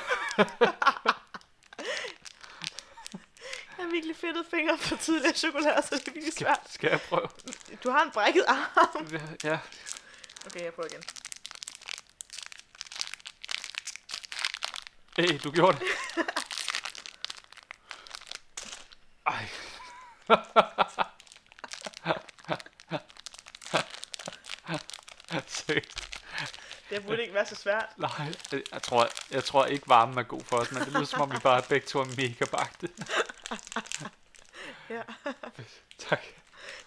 jeg har virkelig fedtet fingre for tidligere chokolade, så det er virkelig skal, svært. skal jeg prøve? Du har en brækket arm. Ja. Okay, jeg prøver igen. Hey, du gjorde det. Ej. Seriøst, Det burde ikke være så svært. Nej, jeg tror, jeg tror ikke varmen er god for os, men det lyder som om vi bare begge to er mega bagte. Ja. Tak.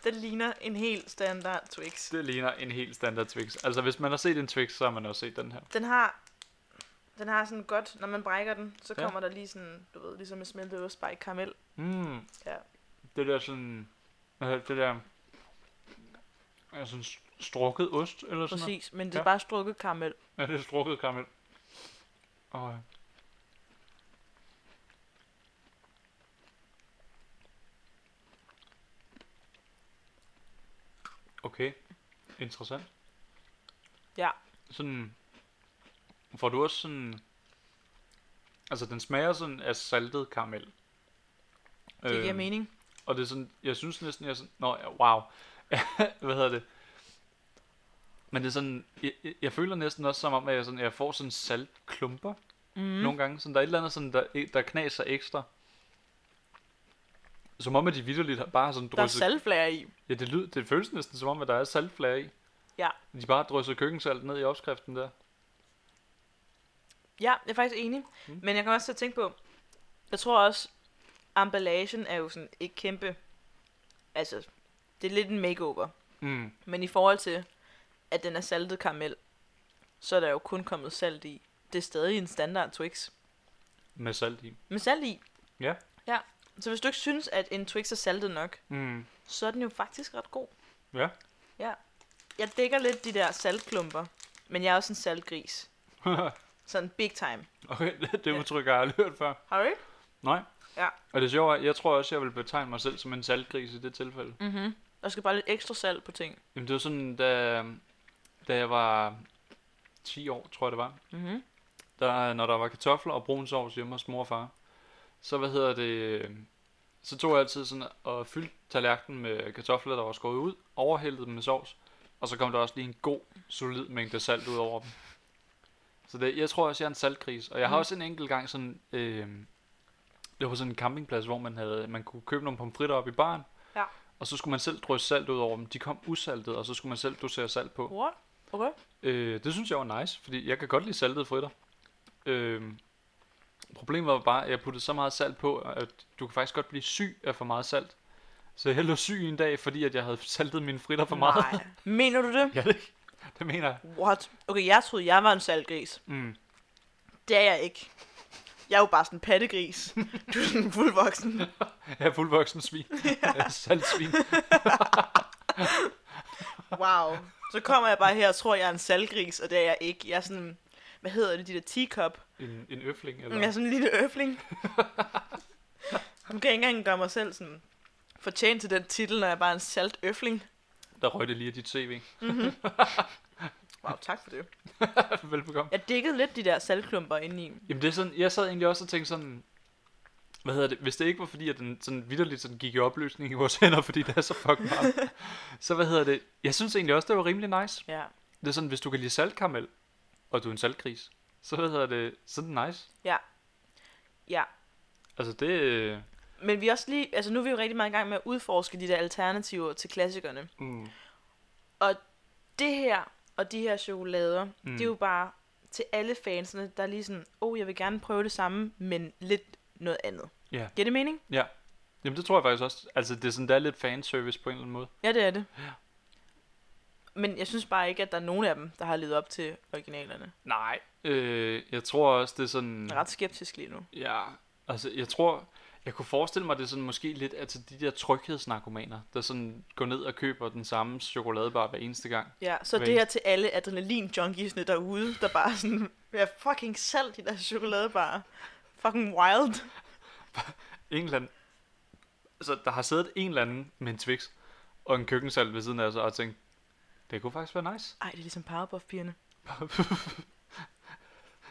Den ligner en helt standard Twix. Det ligner en helt standard Twix. Altså, hvis man har set en Twix, så har man også set den her. Den har, den har sådan godt, når man brækker den, så Ja. kommer der lige sådan, du ved, ligesom en smeltet ost, bare i karamel. Mm. Ja. Det der sådan... Hvad hedder det, det der... Er sådan st- strukket ost, eller sådan Præcis, men det er Ja. bare strukket karamel. noget? Ja, det er strukket karamel. Og... øh. Okay. Interessant. Ja. Sådan... Får du også sådan... Altså, den smager sådan af saltet karamel. Det giver Øhm, mening. og det er sådan, jeg synes næsten, jeg er sådan, nå, ja, wow. Hvad hedder det? Men det er sådan, jeg, jeg- jeg føler næsten også som om, at jeg, sådan, jeg får sådan saltklumper mm. nogle gange. Sådan, der er et eller andet, sådan, der, der knaser ekstra. Som om, at de vidderligt har- bare har sådan Der er drysset... saltflager i. ja, det, lyd, det føles næsten som om, at der er saltflager i. Ja. De bare har drysset køkkensalt ned i opskriften der. Ja, jeg er faktisk enig. Mm. Mm. Men jeg kan også til at tænke på, jeg tror også, emballagen er jo sådan ikke kæmpe, altså, det er lidt en makeover. Mm. Men i forhold til, at den er saltet karamel, så er der jo kun kommet salt i. Det er stadig en standard Twix. Med salt i. Med salt i. Ja. Ja. Så hvis du ikke synes, at en Twix er saltet nok, Mm. så er den jo faktisk ret god. Ja. Ja. Jeg dækker lidt de der saltklumper, men jeg er også en saltgris. Sådan big time. Okay, det, det Ja. udtryk jeg har jeg aldrig hørt før. Har du ikke? Nej. Ja. Og det sjove er, jeg tror også, jeg vil betegne mig selv som en saltgris i det tilfælde. Mhm. Der skal bare lidt ekstra salt på ting. Jamen det var sådan, da, da jeg var 10 år, tror jeg det var, Mm-hmm. der, når der var kartofler og brun sovs hjemme hos mor og far, så hvad hedder det, øh, så tog jeg altid sådan og fyldte tallerkenen med kartofler, der var skåret ud, overhældede dem med sovs, og så kom der også lige en god, solid mængde salt ud over dem. Så det, jeg tror også, jeg er en saltgris, og jeg har Mm. også en enkelt gang sådan, øh, det var sådan en campingplads, hvor man, havde, man kunne købe nogle pomfritter op i baren, Ja. og så skulle man selv drysse salt ud over dem. De kom usaltet, og så skulle man selv dosere salt på. What? Okay. Øh, det synes jeg var nice, fordi jeg kan godt lide saltede fritter. Øh, problemet var bare, at jeg puttede så meget salt på, at du kan faktisk godt blive syg af for meget salt. Så jeg lå syg en dag, fordi at jeg havde saltet mine fritter for meget. Nej. Mener du det? ja, det, det mener jeg. What? Okay, jeg troede, jeg var en salgris. Mm. Det er jeg ikke. Jeg er jo bare sådan en pattegris. Du er sådan en fuldvoksen. Jeg er fuldvoksen svin. Jeg er saltsvin. Wow. Så kommer jeg bare her og tror, jeg er en salgris, og det er jeg ikke. Jeg er sådan, hvad hedder det, de der teacup? En, en øfling, eller? Eller? Jeg er sådan en lille øfling. nu kan jeg ikke engang gøre mig selv sådan fortjent til den titel, når jeg bare er en salt øfling. Der røg det lige af dit CV. Wow, tak for det. Velbekomme. Jeg dækkede lidt de der saltklumper indeni. Jamen det er sådan, jeg sad egentlig også og tænkte sådan, hvad hedder det, hvis det ikke var fordi, at den sådan vidderligt sådan gik i opløsning i vores hænder, fordi det er så fucking varmt, så hvad hedder det, jeg synes egentlig også, det var rimelig nice. Ja. Det er sådan, hvis du kan lide saltkaramel, og du er en saltgris, så hvad hedder det, så er det nice. Ja. Altså det, øh, Men vi er også lige, altså nu er vi jo rigtig meget i gang med at udforske de der alternativer til klassikerne. mm, Det her og de her chokolader, mm. mm, det er jo bare til alle fansene, der er lige sådan, oh, jeg vil gerne prøve det samme, men lidt noget andet. Ja. Giver det mening? Jamen det tror jeg faktisk også, altså det er sådan, der er lidt fanservice på en eller anden måde. Ja, det er det. Ja. Men jeg synes bare ikke, at der er nogen af dem, der har levet op til originalerne. Nej. Øh, jeg tror også, det er sådan... Jeg er ret skeptisk lige nu. Ja, altså jeg tror, jeg kunne forestille mig, det er sådan måske lidt at til de der tryghedsnarkomaner, der sådan går ned og køber den samme chokoladebar hver eneste gang. Ja, så Hvad det en- her til alle adrenalin-junkiesne derude, der bare er sådan, vil have fucking salt i deres chokoladebar. Fucking wild. En eller anden, altså der har siddet en eller anden med en Twix og en køkkensalt ved siden af sig og tænkt, det kunne faktisk være nice. Ej, det er ligesom Powerpuff-pigerne.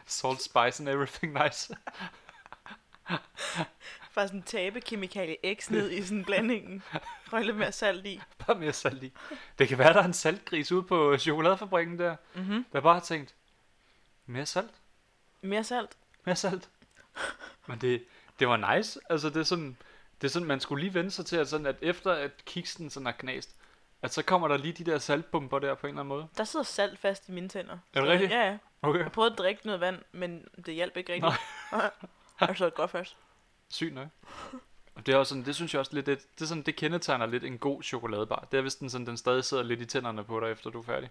Salt, spice and everything nice. Bare sådan tabe kemikalie X ned i sådan blandingen. Røg lidt mere salt i. Bare mere salt i. Det kan være, der er en saltgris ude på chokoladefabrikken der, Mm-hmm. der bare har tænkt, mere salt. Mere salt. mere salt. Men det, det var nice. Altså, det er sådan, det er sådan, man skulle lige vende sig til, at, sådan, at efter at kiksen sådan er knast, at så kommer der lige de der saltbomber der på en eller anden måde. Der sidder salt fast i mine tænder. Er det rigtigt? Ja, ja. Okay. Jeg prøvede at drikke noget vand, men det hjalp ikke rigtigt. Nej. Jeg så godt først. Sygt nok. Og det er også sådan, det synes jeg også lidt, det, det, er sådan, det kendetegner lidt en god chokoladebar. Det er, hvis den, sådan, den stadig sidder lidt i tænderne på dig, efter du er færdig.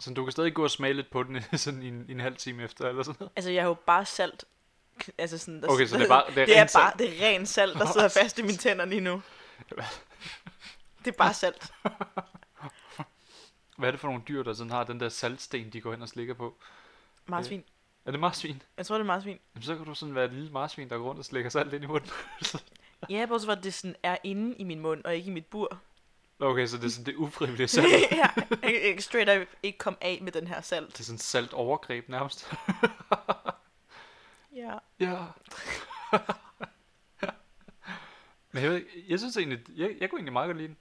Så du kan stadig gå og smage lidt på den i sådan i en, i en halv time efter, eller sådan noget. Altså, jeg har jo bare salt. Altså sådan, der Okay, så det er bare- det er det er rent bare det er ren salt, der sidder fast i mine tænder lige nu. Det er bare salt. Hvad er det for nogle dyr, der sådan har den der saltsten, de går hen og slikker på? Marsvin. Er det marsvin? Jeg tror, det er marsvin. Jamen, så kan du sådan være et lille marsvin, der går rundt og slikker salt ind i munden. Så- Ja, bortset fra, at det sådan er inde i min mund, og ikke i mit bur. Okay, så det er sådan det ufrivillige Så salt. jeg, jeg, jeg kan straight up ikke komme af med den her det salt. er sådan salt overgreb nærmest. Ja. ja. Men jeg, ved, ikke, jeg synes egentlig, jeg, jeg kunne egentlig meget godt lide den.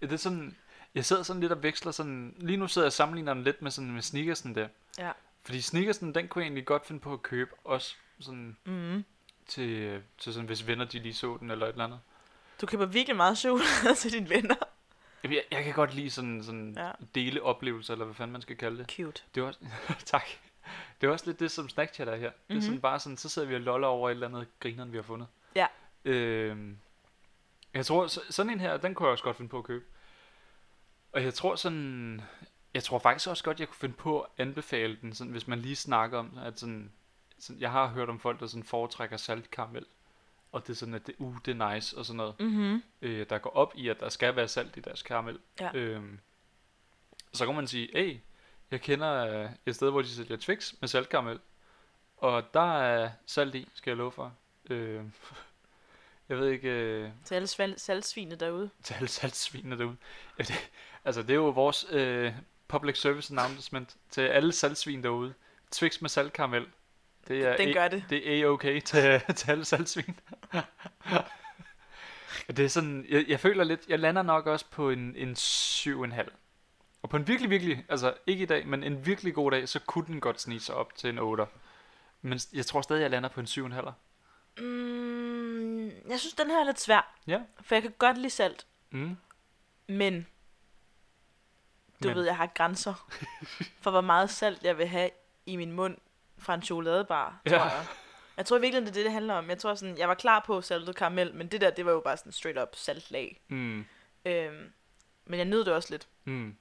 Ja, Det er sådan, jeg sidder sådan lidt og veksler sådan, lige nu sidder jeg og sammenligner den lidt med sådan med sneakersen der. Ja. Fordi sneakersen, den kunne jeg egentlig godt finde på at købe, også sådan Mm. til, øh, til sådan, hvis venner de lige så den eller et eller andet. Du køber virkelig meget chokolade til dine venner. Jamen, Jeg, jeg kan godt lide sådan, sådan Ja. ja. dele oplevelser, eller hvad fanden man skal kalde det. Cute. Det var også, tak. Det er også lidt det, som Snackchat er her. Mm-hmm. Det Mhm. er sådan bare sådan, så sidder vi og loller over et eller andet grineren, vi har fundet. Ja. Øhm, jeg tror, så- sådan en her, den kunne jeg også godt finde på at købe. Og jeg tror sådan, jeg tror faktisk også godt, jeg kunne finde på at anbefale den, sådan, hvis man lige snakker om, at sådan, sådan, jeg har hørt om folk, der sådan foretrækker saltkaramel. Og det er sådan, at det, uh, det er nice og sådan noget Mm-hmm. øh, der går op i, at der skal være salt i deres karamel. Ja. Øhm, så kan man sige, hey, jeg kender øh, et sted, hvor de sælger Twix med saltkaramel, og der er salt i, skal jeg love for. Øh, jeg ved ikke, øh, Til alle sval- salgsvine derude. til alle saltsvinene derude. Ja, det, altså, det er jo vores øh, public service announcement til alle salgsvin derude. Twix med saltkaramel. Det er Den A- gør det. det er okay til, til alle salgsvin. det er sådan, jeg, jeg føler lidt, jeg lander nok også på en, en 7,5. Og på en virkelig, virkelig, altså ikke i dag, men en virkelig god dag, så kunne den godt snige sig op til en 8. Men jeg tror stadig, jeg lander på en 7,5. Mm, jeg synes, den her er lidt svær. Ja. For jeg kan godt lide salt, Mm. men du Men- men. ved, jeg har grænser for, hvor meget salt jeg vil have i min mund fra en chokoladebar, tror Ja. jeg. Jeg tror virkelig, det er det, det handler om. Jeg tror sådan, jeg var klar på saltet karamel, men det der, det var jo bare sådan straight up saltlag. Mm. Øhm, men jeg nød det også lidt. Mm.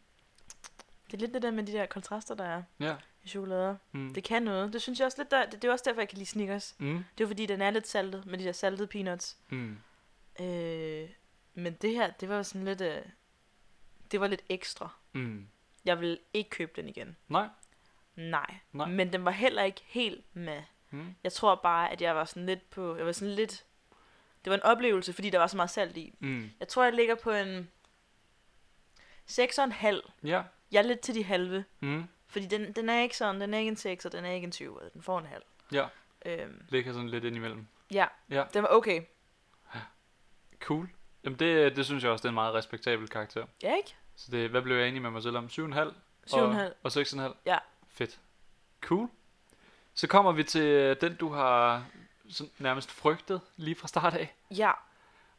Det er lidt det der med de der kontraster, der er Ja. i chokolader. Mm. Det kan noget. Det synes jeg også lidt, der, det, det er også derfor, jeg kan lide Snickers. Mm. Det er jo fordi, den er lidt saltet med de der saltede peanuts. Mm. Øh, men det her, det var jo sådan lidt, øh, det var lidt ekstra. Mm. Jeg vil ikke købe den igen. Nej. Nej. Nej. Men den var heller ikke helt med. Mm. Jeg tror bare, at jeg var sådan lidt på, jeg var sådan lidt, det var en oplevelse, fordi der var så meget salt i. Mm. Jeg tror, jeg ligger på en 6,5. Ja. Jeg er lidt til de halve. Mm. Fordi den, den er ikke sådan, den er ikke en 6, og den er ikke en 20, den får en halv. Ja. Øhm, Ligger sådan lidt ind imellem. ja. Ja. den var okay. Cool. Jamen det, det synes jeg også, det er en meget respektabel karakter. Ja, ikke? Så det, hvad blev jeg enig med mig selv om? 7,5? 7,5. Og, og 6,5? Ja. Fedt. Cool. Så kommer vi til øh, den, du har sådan, nærmest frygtet lige fra start af. Ja,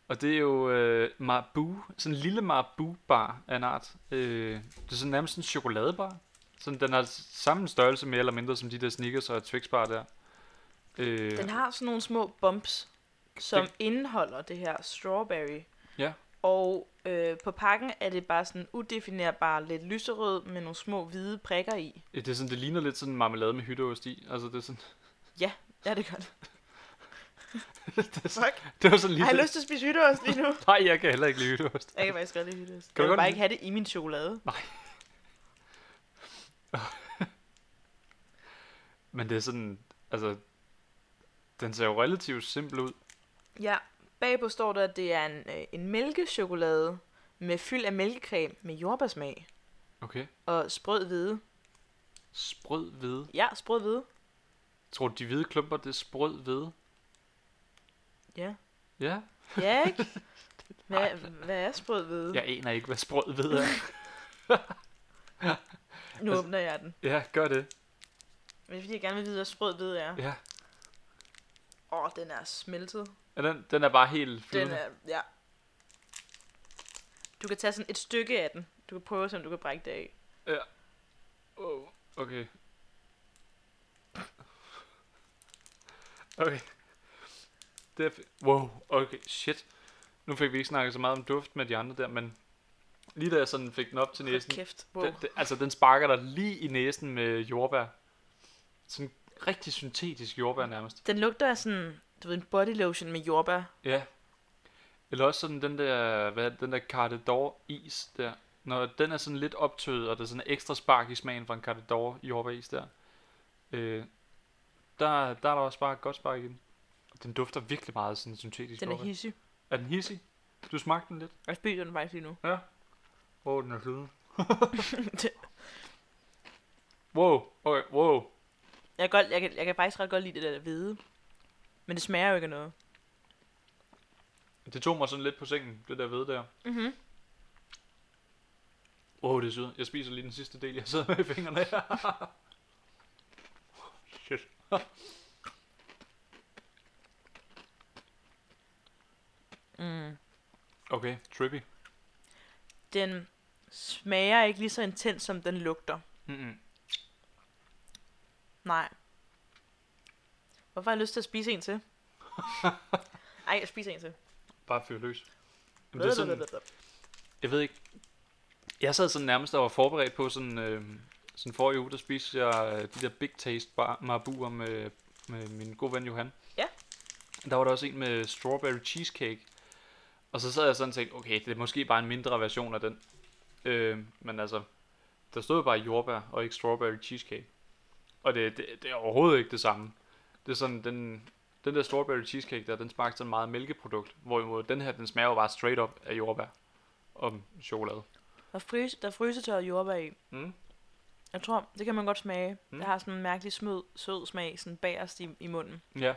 Og det er jo øh, Marabu, sådan en lille Marabu-bar af en art. Øh, det er sådan nærmest en chokoladebar. Sådan, den har samme størrelse mere eller mindre som de der Snickers og Twix-bar der. Øh, den har sådan nogle små bumps, som det. indeholder det her strawberry. Ja. Og øh, på pakken er det bare sådan udefinerbar, lidt lyserød med nogle små hvide prikker i. det, er sådan, det ligner lidt sådan en marmelade med hytteost i. Altså, det er sådan... Ja, det gør det. det, er sådan Fuck. det var sådan lige... Har jeg lyst til at spise hytteost lige nu? Nej, jeg kan heller ikke lide hytteost. Jeg kan faktisk godt lide hytteost. Kan du Kan jeg vil godt bare lide- ikke have det i min chokolade. Men det er sådan, altså, den ser jo relativt simpel ud. Ja, bagpå står der, at det er en, øh, en mælkechokolade med fyld af mælkecreme med jordbærsmag Okay. og sprød hvide. Sprød hvide. Ja, sprød hvide. Tror du, de hvide klumper, det er sprød hvide? Ja. Ja. Ja, ikke? Hvad, hvad er sprød hvide? Jeg aner ikke, hvad sprød hvide er. Nu altså- åbner jeg den. ja, gør det. Men det er fordi, jeg gerne vil vide, hvad sprød hvide er. Åh, Ja. ja. oh, den er smeltet. ja den, den er bare helt Den flydende. er, ja. Du kan tage sådan et stykke af den. Du kan prøve, om du kan brække det af. Oh, okay. Okay. Det er fe- wow, okay, shit. Nu fik vi ikke snakket så meget om duft med de andre der, men lige da jeg sådan fik den op til Hold næsen, kæft. Wow. Den, den, altså, den sparker dig lige i næsen med jordbær. Sådan rigtig syntetisk jordbær nærmest. Den lugter af sådan, du ved, en body lotion med jordbær. Ja. Eller også sådan den der, hvad er det, den der Cardedor is der. Når den er sådan lidt optøet, og der er sådan ekstra spark i smagen fra en Cardedor jordbæris der. Øh, der, der er der også bare et godt spark i den. Den dufter virkelig meget af sådan syntetisk Den er jordbær. hissig. er den hissig? Du smagte den lidt? Jeg spiser den faktisk lige nu. Ja. Åh, oh, den er flydende. Wow, okay, wow. Jeg kan, godt, jeg, kan, jeg kan faktisk ret godt lide det der hvide. Men det smager jo ikke af noget. Det tog mig sådan lidt på sengen, det der ved der. Mm-hmm. Åh, oh, det er sødt. Jeg spiser lige den sidste del, jeg sidder med i fingrene her. Shit. Mm. Okay, trippy. Den smager ikke lige så intens, som den lugter. Mm-mm. Nej. Hvorfor har jeg lyst til at spise en til? Ej, jeg spiser en til. Bare fyr løs. Jamen, det er sådan, Blablabla. jeg ved ikke. Jeg sad sådan nærmest og var forberedt på sådan, øh, sådan forrige uge, der spiste jeg øh, de der Big Taste bar, marabuer med, med min gode ven Johan. Ja. Der var der også en med strawberry cheesecake. Og så sad jeg sådan og tænkte, okay, det er måske bare en mindre version af den. Øh, men altså, der stod bare jordbær og ikke strawberry cheesecake. Og det, det, det er overhovedet ikke det samme. Det er sådan, den, den der strawberry cheesecake der, den smagte sådan meget af mælkeprodukt. Hvorimod den her, den smager jo bare straight up af jordbær og chokolade. Åh, Og frys, der er frysetørret jordbær i. Mm. Jeg tror, det kan man godt smage. Mm. Mm. Det har sådan en mærkelig smød, sød smag, sådan bagerst i, i munden. Ja,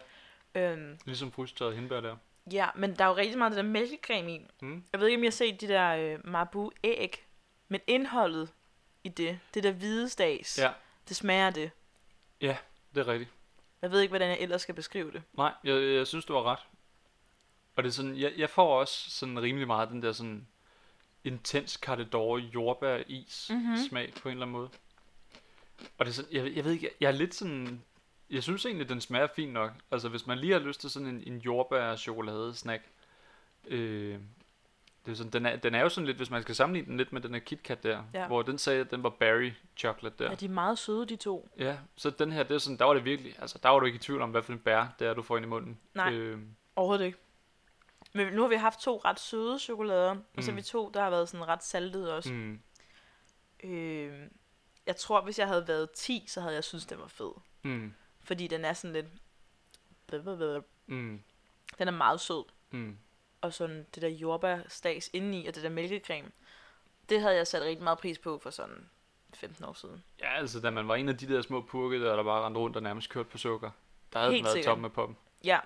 Øhm, ligesom frystørret hindbær der. ja, men der er jo rigtig meget af den der mælkecreme i. Mm. Jeg ved ikke, om I har set de der øh, marbu æg, men indholdet i det, det der hvide stags, Ja. det smager af det. Det er rigtigt. Jeg ved ikke, hvordan jeg ellers skal beskrive det. Nej, jeg, jeg synes, du har ret. Og det er sådan, jeg, jeg får også sådan rimelig meget den der sådan intens Cartedor jordbær-is Mhm. smag på en eller anden måde. Og det er sådan, jeg, jeg ved ikke, jeg, jeg er lidt sådan, jeg synes egentlig, den smager fint nok. Altså, hvis man lige har lyst til sådan en, en jordbær-chokolade-snack, øh, det er sådan, den, er, den er jo sådan lidt, hvis man skal sammenligne den lidt med den her KitKat der, Ja. hvor den sagde, at den var berry chocolate der. Ja. ja, de er meget søde, de to. Ja, så den her, det er sådan, der var det virkelig, altså der var du ikke i tvivl om, hvad for en bær det er, du får ind i munden. Nej. Øh, Overhovedet ikke. Men nu har vi haft to ret søde chokolader, mm. og så Mm. har vi to, der har været sådan ret saltede også. mm, Mm. Øh, jeg tror, hvis jeg havde været 10, så havde jeg synes den var fed. mm, Fordi den er sådan lidt... blablabla. mm, Den er meget sød. mm. Og sådan det der jordbærstags indeni, og det der mælkecreme. Det havde jeg sat rigtig meget pris på for sådan 15 år siden. Ja, altså da man var en af de der små purke, der, der bare rendte rundt og nærmest kørte på sukker, der havde Helt den været sikkert. toppen af poppen. Ja,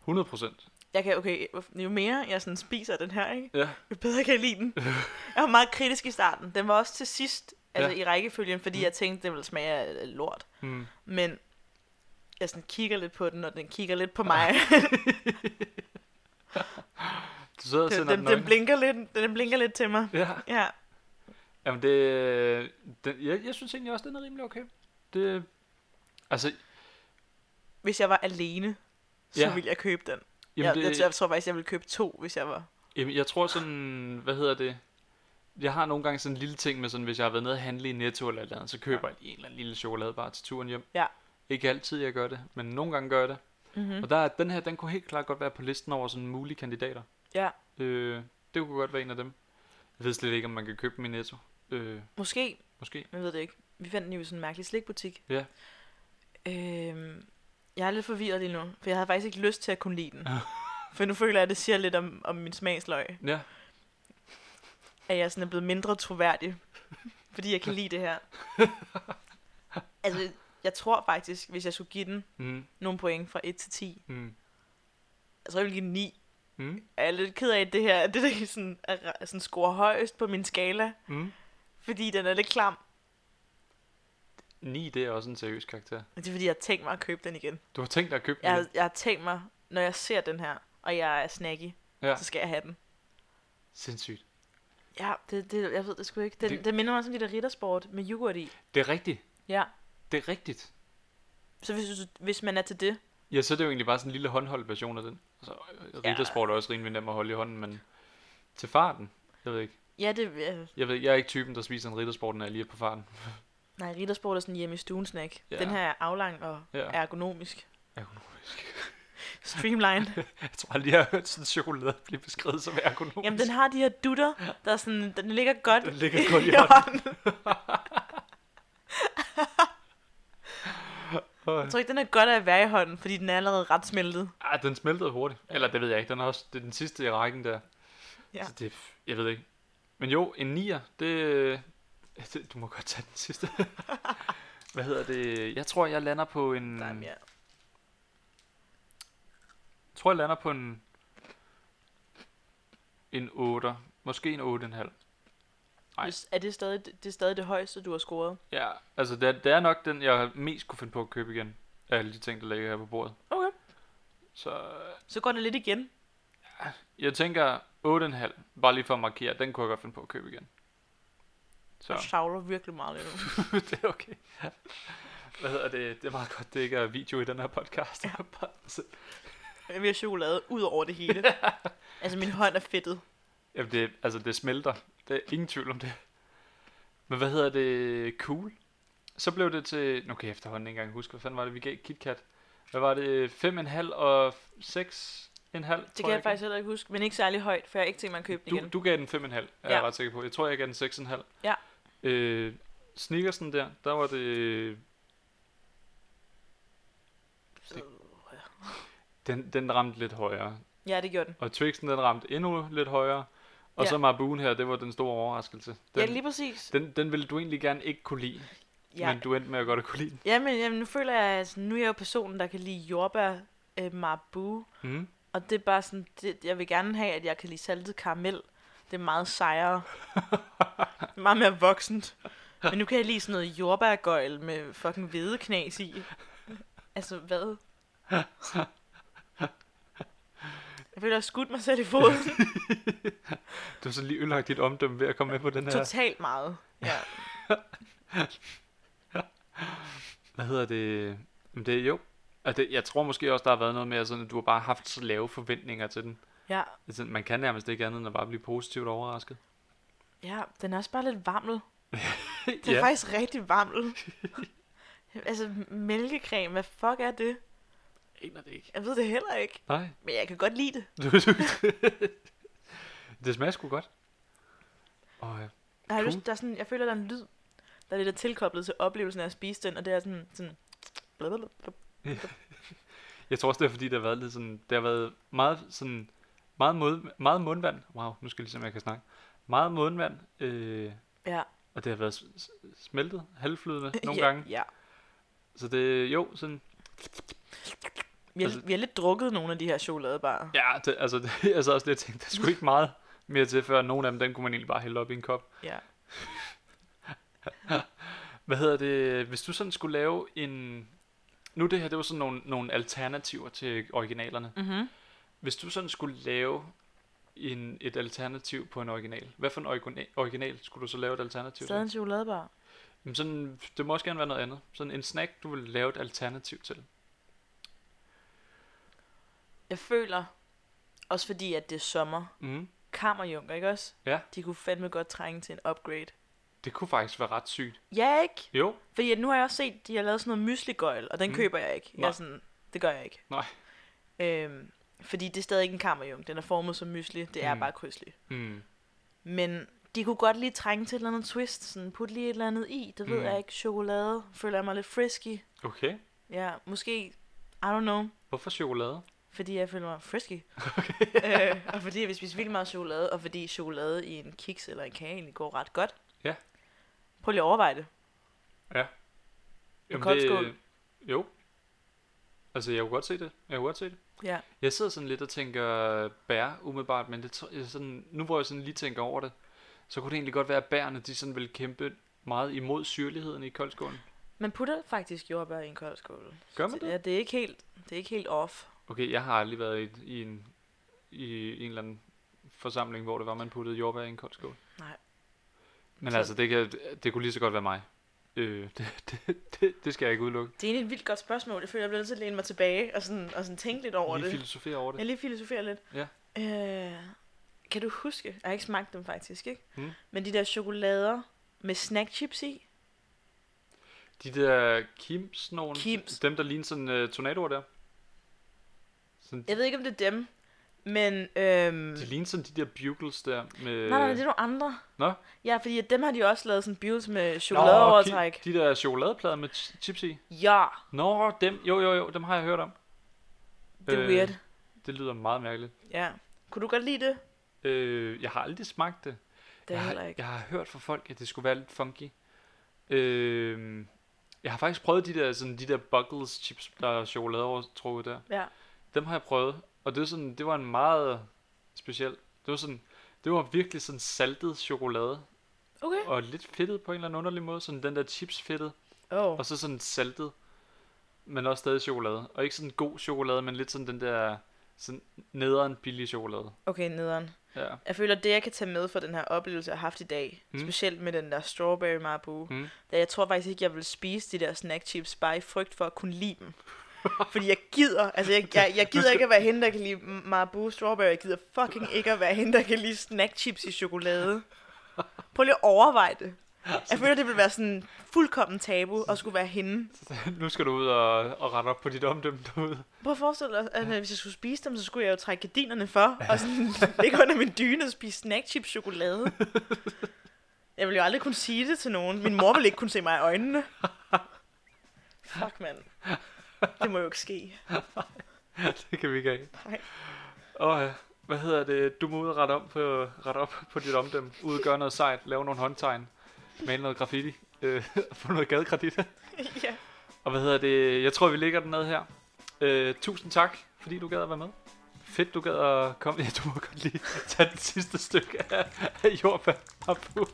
100 procent. jeg kan, okay, jo mere jeg sådan spiser den her, ikke? Ja. jo bedre kan jeg lide den. Jeg var meget kritisk i starten. Den var også til sidst, altså Ja. ja. i rækkefølgen, fordi Mm. mm. jeg tænkte, den ville smage af af lort. Mm. Men jeg sådan kigger lidt på den, og den kigger lidt på Ah, mig. Du sidder og den, sender den, den, den, den blinker lidt, den blinker lidt til mig. Ja, Ja, jamen det, øh, den, jeg, jeg synes egentlig også, den er rimelig okay. Det, altså, hvis jeg var alene, så Ja. ja. ville jeg købe den. jamen, jeg, det, jeg, jeg tror faktisk, jeg ville købe to, hvis jeg var... Jamen, jeg tror sådan, hvad hedder det? Jeg har nogle gange sådan en lille ting med sådan, hvis jeg har været nede og handle i Netto eller et eller andet, så køber jeg lige en eller anden lille chokoladebar til turen hjem. Ja. Ikke altid, jeg gør det, men nogle gange gør jeg det. Mm-hmm. Og der er, den her, den kunne helt klart godt være på listen over sådan mulige kandidater. Ja. Øh, det kunne godt være en af dem. Jeg ved slet ikke, om man kan købe dem i Netto. Øh, Måske, måske. jeg ved det ikke. Vi fandt den jo i sådan en mærkelig slikbutik. Ja. Øhm, jeg er lidt forvirret lige nu, for jeg havde faktisk ikke lyst til at kunne lide den. for nu føler jeg, at det siger lidt om, om min smagsløg. Ja, At jeg sådan er blevet mindre troværdig, fordi jeg kan lide det her. altså, jeg tror faktisk, hvis jeg skulle give den mm, nogle point fra 1 til 10, mm, altså jeg ville give den 9. mm, Jeg er lidt ked af at det her, at det der sådan, er, ra- sådan scorer højest på min skala, mm. fordi den er lidt klam. 9, det er også en seriøs karakter. Men det er fordi, jeg har tænkt mig at købe den igen. Du har tænkt dig at købe den? Jeg, har- jeg har tænkt mig, når jeg ser den her, og jeg er snacky, Ja. ja. så skal jeg have den. Sindssygt. Ja, det, det, jeg ved det sgu ikke. Den, Det- det... den minder mig om sådan de der riddersport med yoghurt i. Det er rigtigt. Ja. Det er rigtigt. Så hvis, du- hvis man er til det, Ja, så er det jo egentlig bare sådan en lille håndholdt version af den. Altså, Ja. riddersport er også rimelig nem at holde i hånden, men til farten, jeg ved ikke. ja, det øh, Jeg, ved, ikke, jeg er ikke typen, der spiser en riddersport, når jeg lige er på farten. Nej, riddersport er sådan hjemme i stuen snack. Ja. Ja. Den her er aflang og Ja. ja. ergonomisk. Ergonomisk. Streamline. Jeg tror aldrig, jeg har hørt sådan en chokolade blive beskrevet som ergonomisk. Jamen, den har de her dutter, der er sådan, den ligger godt Den ligger godt i hånden. Øj. jeg tror ikke, den er godt af at være i hånden, fordi den er allerede ret smeltet. Ah, den smeltede hurtigt. Eller det ved jeg ikke, den er også det er den sidste i rækken der. Ja. Så det, jeg ved ikke. Men jo, en nier, det, det, du må godt tage den sidste. Hvad hedder det? Jeg tror, jeg lander på en... Der er mere. Jeg tror, jeg lander på en... En 8. Måske en 8,5. Nej. Hvis, er det stadig det, er stadig det højeste, du har scoret? Ja, altså det er, det er nok den, jeg mest kunne finde på at købe igen. Af alle de ting, der ligger her på bordet. Okay. Så øh, Så går det lidt igen. jeg tænker 8,5. Bare lige for at markere, den kunne jeg godt finde på at købe igen. Så. Jeg Så savler virkelig meget lige nu. det er okay. Hvad hedder det? Det er meget godt, det ikke er video i den her podcast. Ja. Jeg vil have chokolade ud over det hele. altså, min hånd er fedtet. Jamen det, altså det smelter. Det er ingen tvivl om det. Men hvad hedder det? Cool. Så blev det til... Nu kan jeg efterhånden ikke engang huske, hvad fanden var det, vi gav KitKat. Hvad var det? 5,5 og 6,5? Det kan jeg faktisk heller ikke huske, men ikke særlig højt, for jeg har ikke tænkt mig at købe den Du, igen. du gav den 5,5, er ja. jeg Ja. ret sikker på. Jeg tror, jeg gav den 6,5. Ja. Øh, Snickersen der, der var det... Så- Den, den ramte lidt højere. Ja, det gjorde den. Og Twixen, den ramte endnu lidt højere. Og Ja. så Marbuen her, det var den store overraskelse. Den, Ja, lige præcis. den, den ville du egentlig gerne ikke kunne lide, ja. Ja. men du endte med at godt at kunne lide den. Jamen, jamen, nu føler jeg, at nu er jeg jo personen, der kan lide jordbær øh, marbu. Mm. Og det er bare sådan, det, jeg vil gerne have, at jeg kan lide saltet karamel. Det er meget sejere. meget mere voksent. Men nu kan jeg lide sådan noget jordbærgøjl med fucking hvide knas i. Altså, hvad? Jeg føler, jeg har skudt mig selv i foden Du har så lige ødelagt dit omdømme ved at komme med på den her... totalt meget. Ja. Hvad hedder det? Jamen, det er jo... Og det, jeg tror måske også, der har været noget med, at, sådan, at du har bare haft så lave forventninger til den. ja. Altså, man kan nærmest ikke andet end at bare blive positivt overrasket. Ja, den er også bare lidt varmel. Det er ja. faktisk rigtig varmel. altså, mælkecreme, hvad fuck er det? aner det ikke. Jeg ved det heller ikke, Nej. men jeg kan godt lide det. Du- du- det smager sgu godt. Og øh, ja. Jeg, har Cool. lyst, der er sådan, jeg føler, der er en lyd, der er lidt tilkoblet til oplevelsen af at spise den, og det er sådan... sådan blablabla. jeg tror også, det er fordi, der har været lidt sådan, der har været meget sådan, meget, mod, meget mundvand. Wow, nu skal jeg ligesom, jeg kan snakke. Meget mundvand, øh, ja. og det har været s- s- smeltet, halvflydende nogle Øh, ja, gange. Ja. Så det, jo, sådan, Vi har, Altså- vi har lidt drukket nogle af de her chokoladebarer. Ja. Ja, det, altså, det, jeg sad også lige og tænkte, der skulle ikke meget mere til, før nogen af dem, den kunne man egentlig bare hælde op i en kop. ja. Hvad hedder det, hvis du sådan skulle lave en... Nu det her, det var sådan nogle, nogle alternativer til originalerne. Mm-hmm. Hvis du sådan skulle lave en, et alternativ på en original, hvad for en original, original skulle du så lave et alternativ Stadig til? en chokoladebar. Jamen sådan, det må også gerne være noget andet. Sådan en snack, du vil lave et alternativ til. Jeg føler, også fordi at det er sommer, Mm. kammerjunker, ikke også? Ja. De kunne fandme godt trænge til en upgrade. Det kunne faktisk være ret sygt. Ja, ikke? Jo, Fordi at nu har jeg også set, de har lavet sådan noget mysligøjl, og den Mm. mm. køber jeg ikke. Jeg Nej. er sådan, det gør jeg ikke. Nej. Øhm, fordi det er stadig ikke en kammerjung. Den er formet som mysli. Det er Mm. mm. bare krydslig. mm. Men de kunne godt lige trænge til et eller andet twist. Sådan, put lige et eller andet i. Det ved Mm. mm. jeg ikke. Chokolade. Føler jeg mig lidt frisky. okay. Ja, måske, I don't know. Hvorfor chokolade? Fordi jeg føler mig frisky. Okay. øh, og fordi vi spiser vildt meget chokolade, og fordi chokolade i en kiks eller en kage egentlig går ret godt. Ja. Prøv lige at overveje det. kold skål. Jo. Altså, jeg kunne godt se det. Jeg kunne godt se det. Ja. Jeg sidder sådan lidt og tænker bær umiddelbart, men det, tror jeg sådan, nu hvor jeg sådan lige tænker over det, så kunne det egentlig godt være, at bærene de sådan ville kæmpe meget imod syrligheden i koldskålen. Man putter faktisk jordbær i en kold skål. Gør man det? det? Ja, det er ikke helt, det er ikke helt off. Okay, jeg har aldrig været i, i, en, i en eller anden forsamling, hvor det var, man puttede jordbær i en koldskål. Nej. Men Så- altså, det, kan, det kunne lige så godt være mig. Øh, det, det, det, det skal jeg ikke udelukke. Det er egentlig et vildt godt spørgsmål. Jeg føler, jeg bliver nødt til at læne mig tilbage og sådan, og sådan tænke lidt over Lige det. filosofere over det. Jeg lige filosoferer lidt. Ja. Øh, kan du huske, jeg har ikke smagt dem faktisk, ikke? Mm. Men de der chokolader med snackchips i, De der Kims, nogen, Kims. dem der ligner sådan uh, tornadoer der. Sådan, jeg ved ikke, om det er dem, men... Øhm, de ligner sådan de der bugles der. Med, Nej, nej, det er nogle andre. øh, Nå? Ja, fordi at dem har de også lavet sådan bills med chokoladeovertræk. Kim, de der chokoladeplader med ch- chips i. Ja, Nå, dem, jo, jo, jo, dem har jeg hørt om. det er øh. weird. Det lyder meget mærkeligt. Ja. Kunne du godt lide det? Øh, jeg har aldrig smagt det. Det er jeg, heller har, ikke. jeg har hørt fra folk, at det skulle være lidt funky. Øh, jeg har faktisk prøvet de der, sådan, de der Buckles chips, der er chokoladeovertrukket der. Ja. Dem har jeg prøvet, og det, er sådan, det var en meget speciel. Det var, sådan, det var virkelig sådan saltet chokolade, Okay. og lidt fedtet på en eller anden underlig måde, sådan den der chips fedtet, Åh, oh, og så sådan saltet, men også stadig chokolade. Og ikke sådan god chokolade, men lidt sådan den der sådan nederen billig chokolade. okay, nederen. Ja. Jeg føler, det jeg kan tage med fra den her oplevelse, jeg har haft i dag, Mm. mm. specielt med den der strawberry marabu, Mm. mm. da jeg tror faktisk ikke, jeg vil spise de der snack chips, bare i frygt for at kunne lide dem. Fordi jeg gider, altså jeg, jeg, jeg gider ikke at være hende, der kan lide m- Marabu strawberry. Jeg gider fucking ikke at være hende, der kan lide snack chips i chokolade. Prøv lige at overveje det. Altså, Jeg føler, det ville være sådan fuldkommen tabu at skulle være hende. nu skal du ud og, og rette op på dit omdømme derude. Prøv at forestille dig, at øh, hvis jeg skulle spise dem, så skulle jeg jo trække gardinerne for, og sådan ligge under min dyne og spise snackchips chokolade. Jeg ville jo aldrig kunne sige det til nogen. Min mor ville ikke kunne se mig i øjnene. Fuck, mand. Det må jo ikke ske. det kan vi ikke have. Nej. Åh, ja. Hvad hedder det? Du må ud og rette, om på, rette op på dit omdømme. Ud og gøre noget sejt. Lave nogle håndtegn. Male noget graffiti. Øh, og få noget gadekredit. ja. Og hvad hedder det? Jeg tror, vi lægger den ned her. Øh, tusind tak, fordi du gad at være med. Fedt, du gad at komme. Ja, du må godt lige tage den sidste stykke af, af jordbær. Papu.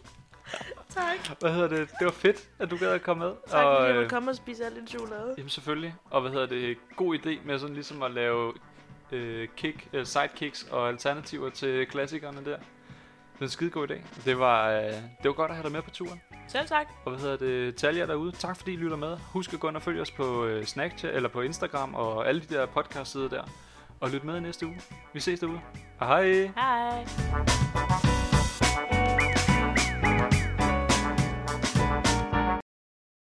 Tak. Hvad hedder det? Det var fedt, at du gad at komme med. Tak fordi jeg øh, måtte komme og spise alt din chokolade. Jamen selvfølgelig. Og hvad hedder det? God idé med sådan ligesom at lave øh, kick, øh, sidekicks og alternativer til klassikerne der. Det er en skide god idé. Det var, øh, det var godt at have dig med på turen. Selv tak. Og hvad hedder det? Til alle jer derude, tak fordi I lytter med. Husk at gå ind og følge os på øh, Snapchat, eller på Instagram og alle de der podcast sider der. Og lyt med i næste uge. Vi ses derude. Og hej! Hej.